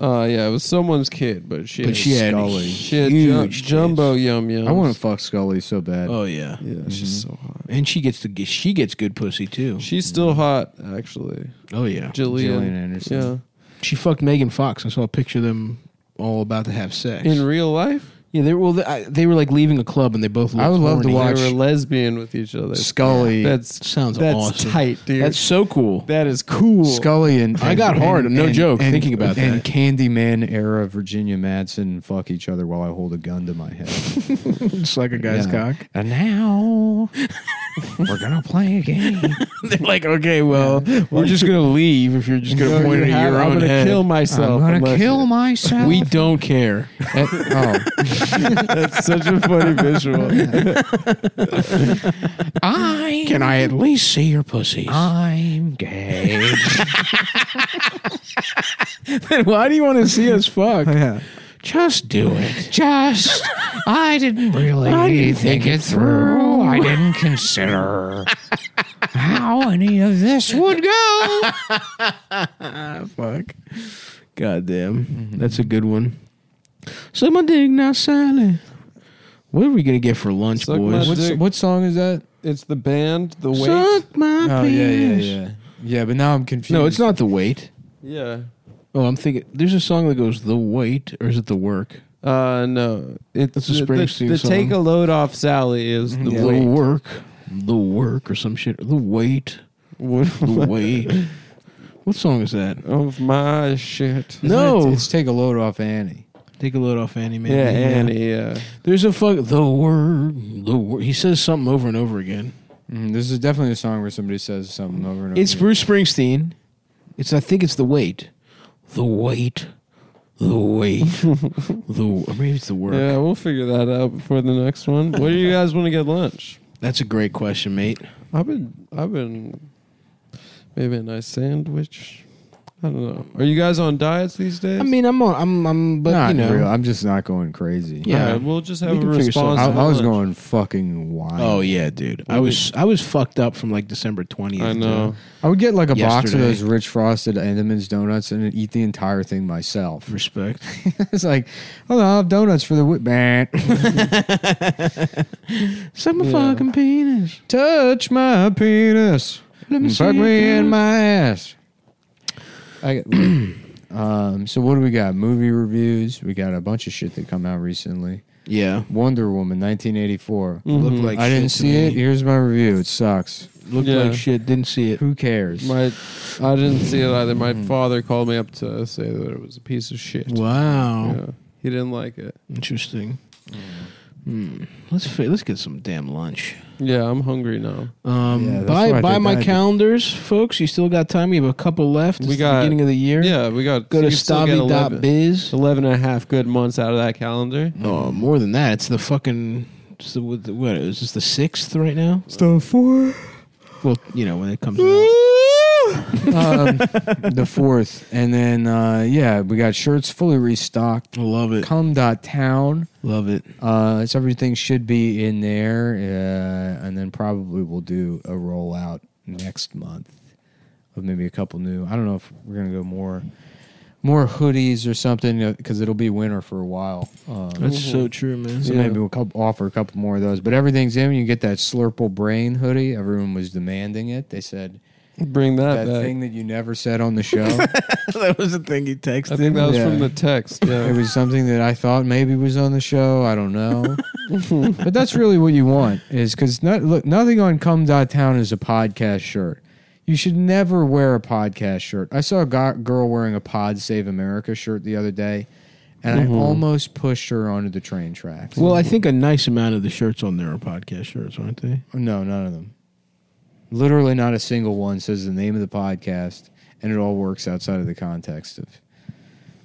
Uh, yeah, it was someone's kid, but she
But
had,
she had
Scully. She had
huge
jum-
tits.
jumbo yum yum.
I want to fuck Scully so bad.
Oh yeah,
Yeah, she's so hot.
and she gets the she gets good pussy too.
She's still hot, actually.
Oh yeah,
Jillian,
Gillian Anderson.
Yeah,
she fucked Megan Fox. I saw a picture of them all about to have sex.
in real life,
yeah, they were, well, they, I, they were like leaving a club and they both. Looked
I would love to
horny.
watch-
they were lesbian with each other.
Scully.
That's
Sounds
that's
awesome.
tight, dude.
That's so cool.
that is cool.
Scully and
I got
and-
hard,
and-
no
and-
joke,
and-
thinking about
and
that.
Candyman era Virginia Madsen fuck each other while I hold a gun to my head.
Just like a guy's
Yeah.
cock.
And now we're gonna play a game.
They're like, okay, well, we're just gonna leave if you're just
No,
gonna
you
point it at
have-
your
I'm
own
gonna
head.
kill myself.
I'm gonna
unless
kill
you-
myself.
we don't care.
Eh, oh,
That's such a funny visual.
I
Can I at least see your pussies?
I'm gay.
Why do you want to see us fuck?
yeah.
Just do it.
Just I didn't really think it through. I didn't consider how any of this would go.
Fuck. Goddamn. That's a good one. Suck my dick, now silent. What are we gonna get for lunch,
Suck my
boys?
dick.
What's, what song is that?
it's the band, the weight.
Suck my
Oh yeah, yeah,
penis.
yeah, yeah. But now I'm confused.
No, it's not the weight.
Yeah.
Oh, I'm thinking. There's a song that goes the weight, or is it the work?
Uh, no. It's
That's a
the-
Springsteen
The, the
song.
take a load off Sally is the
The
weight.
work, the work, or some shit. The weight, the weight. What song is that?
of my shit.
No,
It's, take a load off Annie.
take a load off Annie, man.
Yeah, Annie. Yeah.
There's a fuck the word, the word. He says something over and over again.
Mhm, this is definitely a song where somebody says something over and over.
It's
again.
Bruce Springsteen. It's I think it's the weight, the weight, the weight, the or maybe it's the work.
Yeah, we'll figure that out before the next one. What do you guys want to get lunch?
That's a great question, mate.
I've been, I've been, maybe a nice sandwich. I don't know. Are you guys on diets these days?
I mean, I'm on, I'm I'm, but
not
you know,
real. I'm just not going crazy.
Yeah.
All right, we'll just have
We
a
can figure
response.
I,
at
I was
lunch.
going fucking wild.
oh yeah, dude. I was I was fucked up from like December twentieth.
I know.
I would get like a box of
Yesterday.
those rich frosted Enderman's donuts and then eat the entire thing myself.
Respect.
it's like, oh, I'll have donuts for the whip. man.
Suck my
Yeah.
fucking penis.
Touch my penis.
Let Mm, me
and
see
Fuck
your
me in
penis.
my ass. I, um, so what do we got? Movie reviews. We got a bunch of shit that come out recently.
Yeah,
Wonder Woman, 1984.
looked Mm, like
I
shit
didn't
to
see
me.
it. Here's my review. It sucks.
Looked
Yeah.
like shit. Didn't see it.
Who cares?
My, I didn't see it either. My father called me up to say that it was a piece of shit.
Wow.
Yeah. He didn't like it.
Interesting. Hmm. Let's fi- let's get some damn lunch.
Yeah, I'm hungry now.
Um,
Yeah, that's why
buy
I
buy
did
my
that.
calendars, folks. You still got time. We have a couple left. It's
We
the
got-
beginning of the year.
Yeah, we got
Go to
you can still get 11
stabby.biz.
11 and a half good months out of that calendar.
Oh, more than that. It's the fucking. It's the, what, the- what is this? The sixth right now.
stuff for
Well, you know when it comes out.
um, the fourth, and then uh, yeah, we got shirts fully restocked.
I love it.
Come dot town.
Love it.
Uh, it's everything should be in there, uh, and then probably we'll do a rollout next month of maybe a couple new. I don't know if we're gonna go more, more hoodies or something because it'll be winter for a while. Um,
That's so true, man.
so maybe we'll couple, offer a couple more of those. But everything's in. You get that Slurple Brain hoodie. Everyone was demanding it. They said
Bring that,
that
back.
thing that you never said on the show.
that was the thing he
I
texted.
think that was
Yeah.
from the text.
it
Yeah.
was something that I thought maybe was on the show. I don't know, but that's really what you want is because not, look, nothing on Come Dot Town is a podcast shirt. You should never wear a podcast shirt. I saw a go- girl wearing a Pod Save America shirt the other day, and I almost pushed her onto the train tracks.
Well, I think a nice amount of the shirts on there are podcast shirts, aren't they?
No, none of them. Literally, not a single one says the name of the podcast, and it all works outside of the context of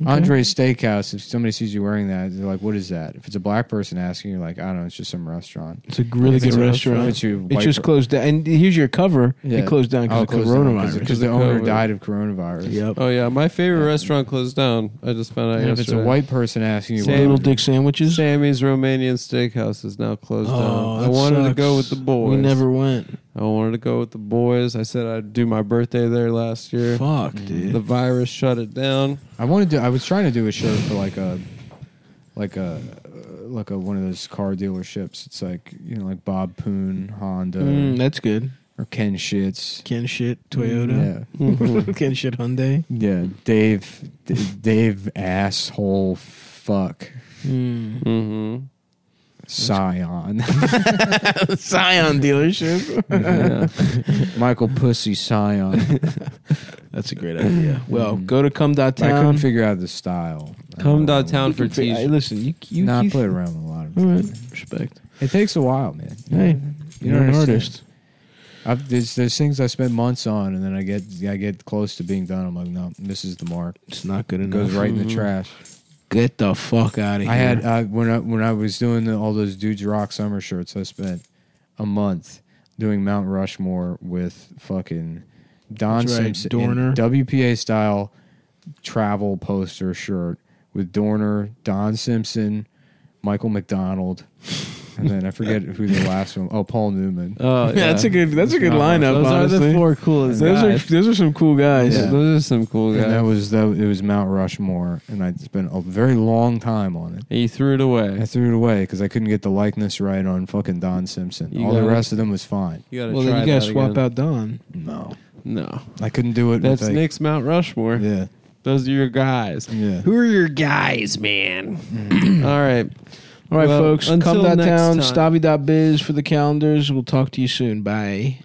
Andre's Steakhouse. If somebody sees you wearing that, they're like, "What is that?" If it's a black person asking, you're like, "I don't know. It's just some restaurant."
It's a really good
It's a
restaurant.
restaurant that you
It
wipe
just
it.
closed down. And here's your cover.
Yeah.
It closed down because
Oh,
of
closed down 'cause-
coronavirus.
because the owner
COVID.
died of coronavirus.
Yep.
Oh yeah, my favorite restaurant closed down. I just found out
And if it's
yesterday.
a white person asking you,
Same.
what-
Little Dick sandwiches.
Sammy's Romanian Steakhouse is now closed down. I
Oh, that
wanted to
sucks.
go with the boys.
We never went.
I wanted to go with the boys. I said I'd do my birthday there last year.
Fuck,
Mm.
The
dude.
virus shut it down.
I wanted to. I was trying to do a show for like a, like a, like a one of those car dealerships. It's like you know, like Bob Poon, Honda,
Mm, that's good.
or Ken Shits.
Ken shit Toyota. Ken shit Hyundai.
Yeah, yeah. Dave, D- Dave, asshole, fuck,
Mm.
Mm-hmm.
Scion,
Scion dealership.
Michael Pussy Scion.
That's a great idea. Well, go to come.town.
Mm. I couldn't figure out the style. Um, I don't
Come
know.
dot town for
Hey,
tea.
listen, you you,
Nah, I
you
play around with a lot of.
all
it.
right, respect.
It takes a while, man.
Hey,
You
you're
don't
an
understand.
artist.
I've, there's there's things I spend months on, and then I get I get close to being done. I'm like, no, this is the mark.
It's not good
It
enough.
goes right in the trash.
Get the fuck out of here.
I had uh, when I when I was doing the, all those dudes rock summer shirts. I spent a month doing Mount Rushmore with fucking Don
That's right,
Simpson,
Dorner.
in WPA style travel poster shirt with Dorner, Don Simpson, Michael McDonald, and then I forget who the last one. Oh, Paul Newman.
Oh, yeah.
Yeah, that's a good. That's a good lineup.
Those
honestly.
are the four coolest
Those
guys.
are those are some cool guys.
Yeah, Those are some cool guys.
And that was that. It was Mount Rushmore, and I spent a very long time on it.
And you threw it
I
away.
threw it away because I couldn't get the likeness right on fucking Don Simpson.
You
All the
got it.
rest of them was fine.
You gotta
Well,
try
then you gotta
that
swap
again.
out Don.
No,
No,
I couldn't do it.
that's
with, like-
Nick's Mount Rushmore.
Yeah,
Those are your guys.
yeah.
Who are your guys, man? All right.
All right,
Well,
folks.
until
Come dot
next
town.
time.
Stabby dot biz for the calendars. We'll talk to you soon. Bye.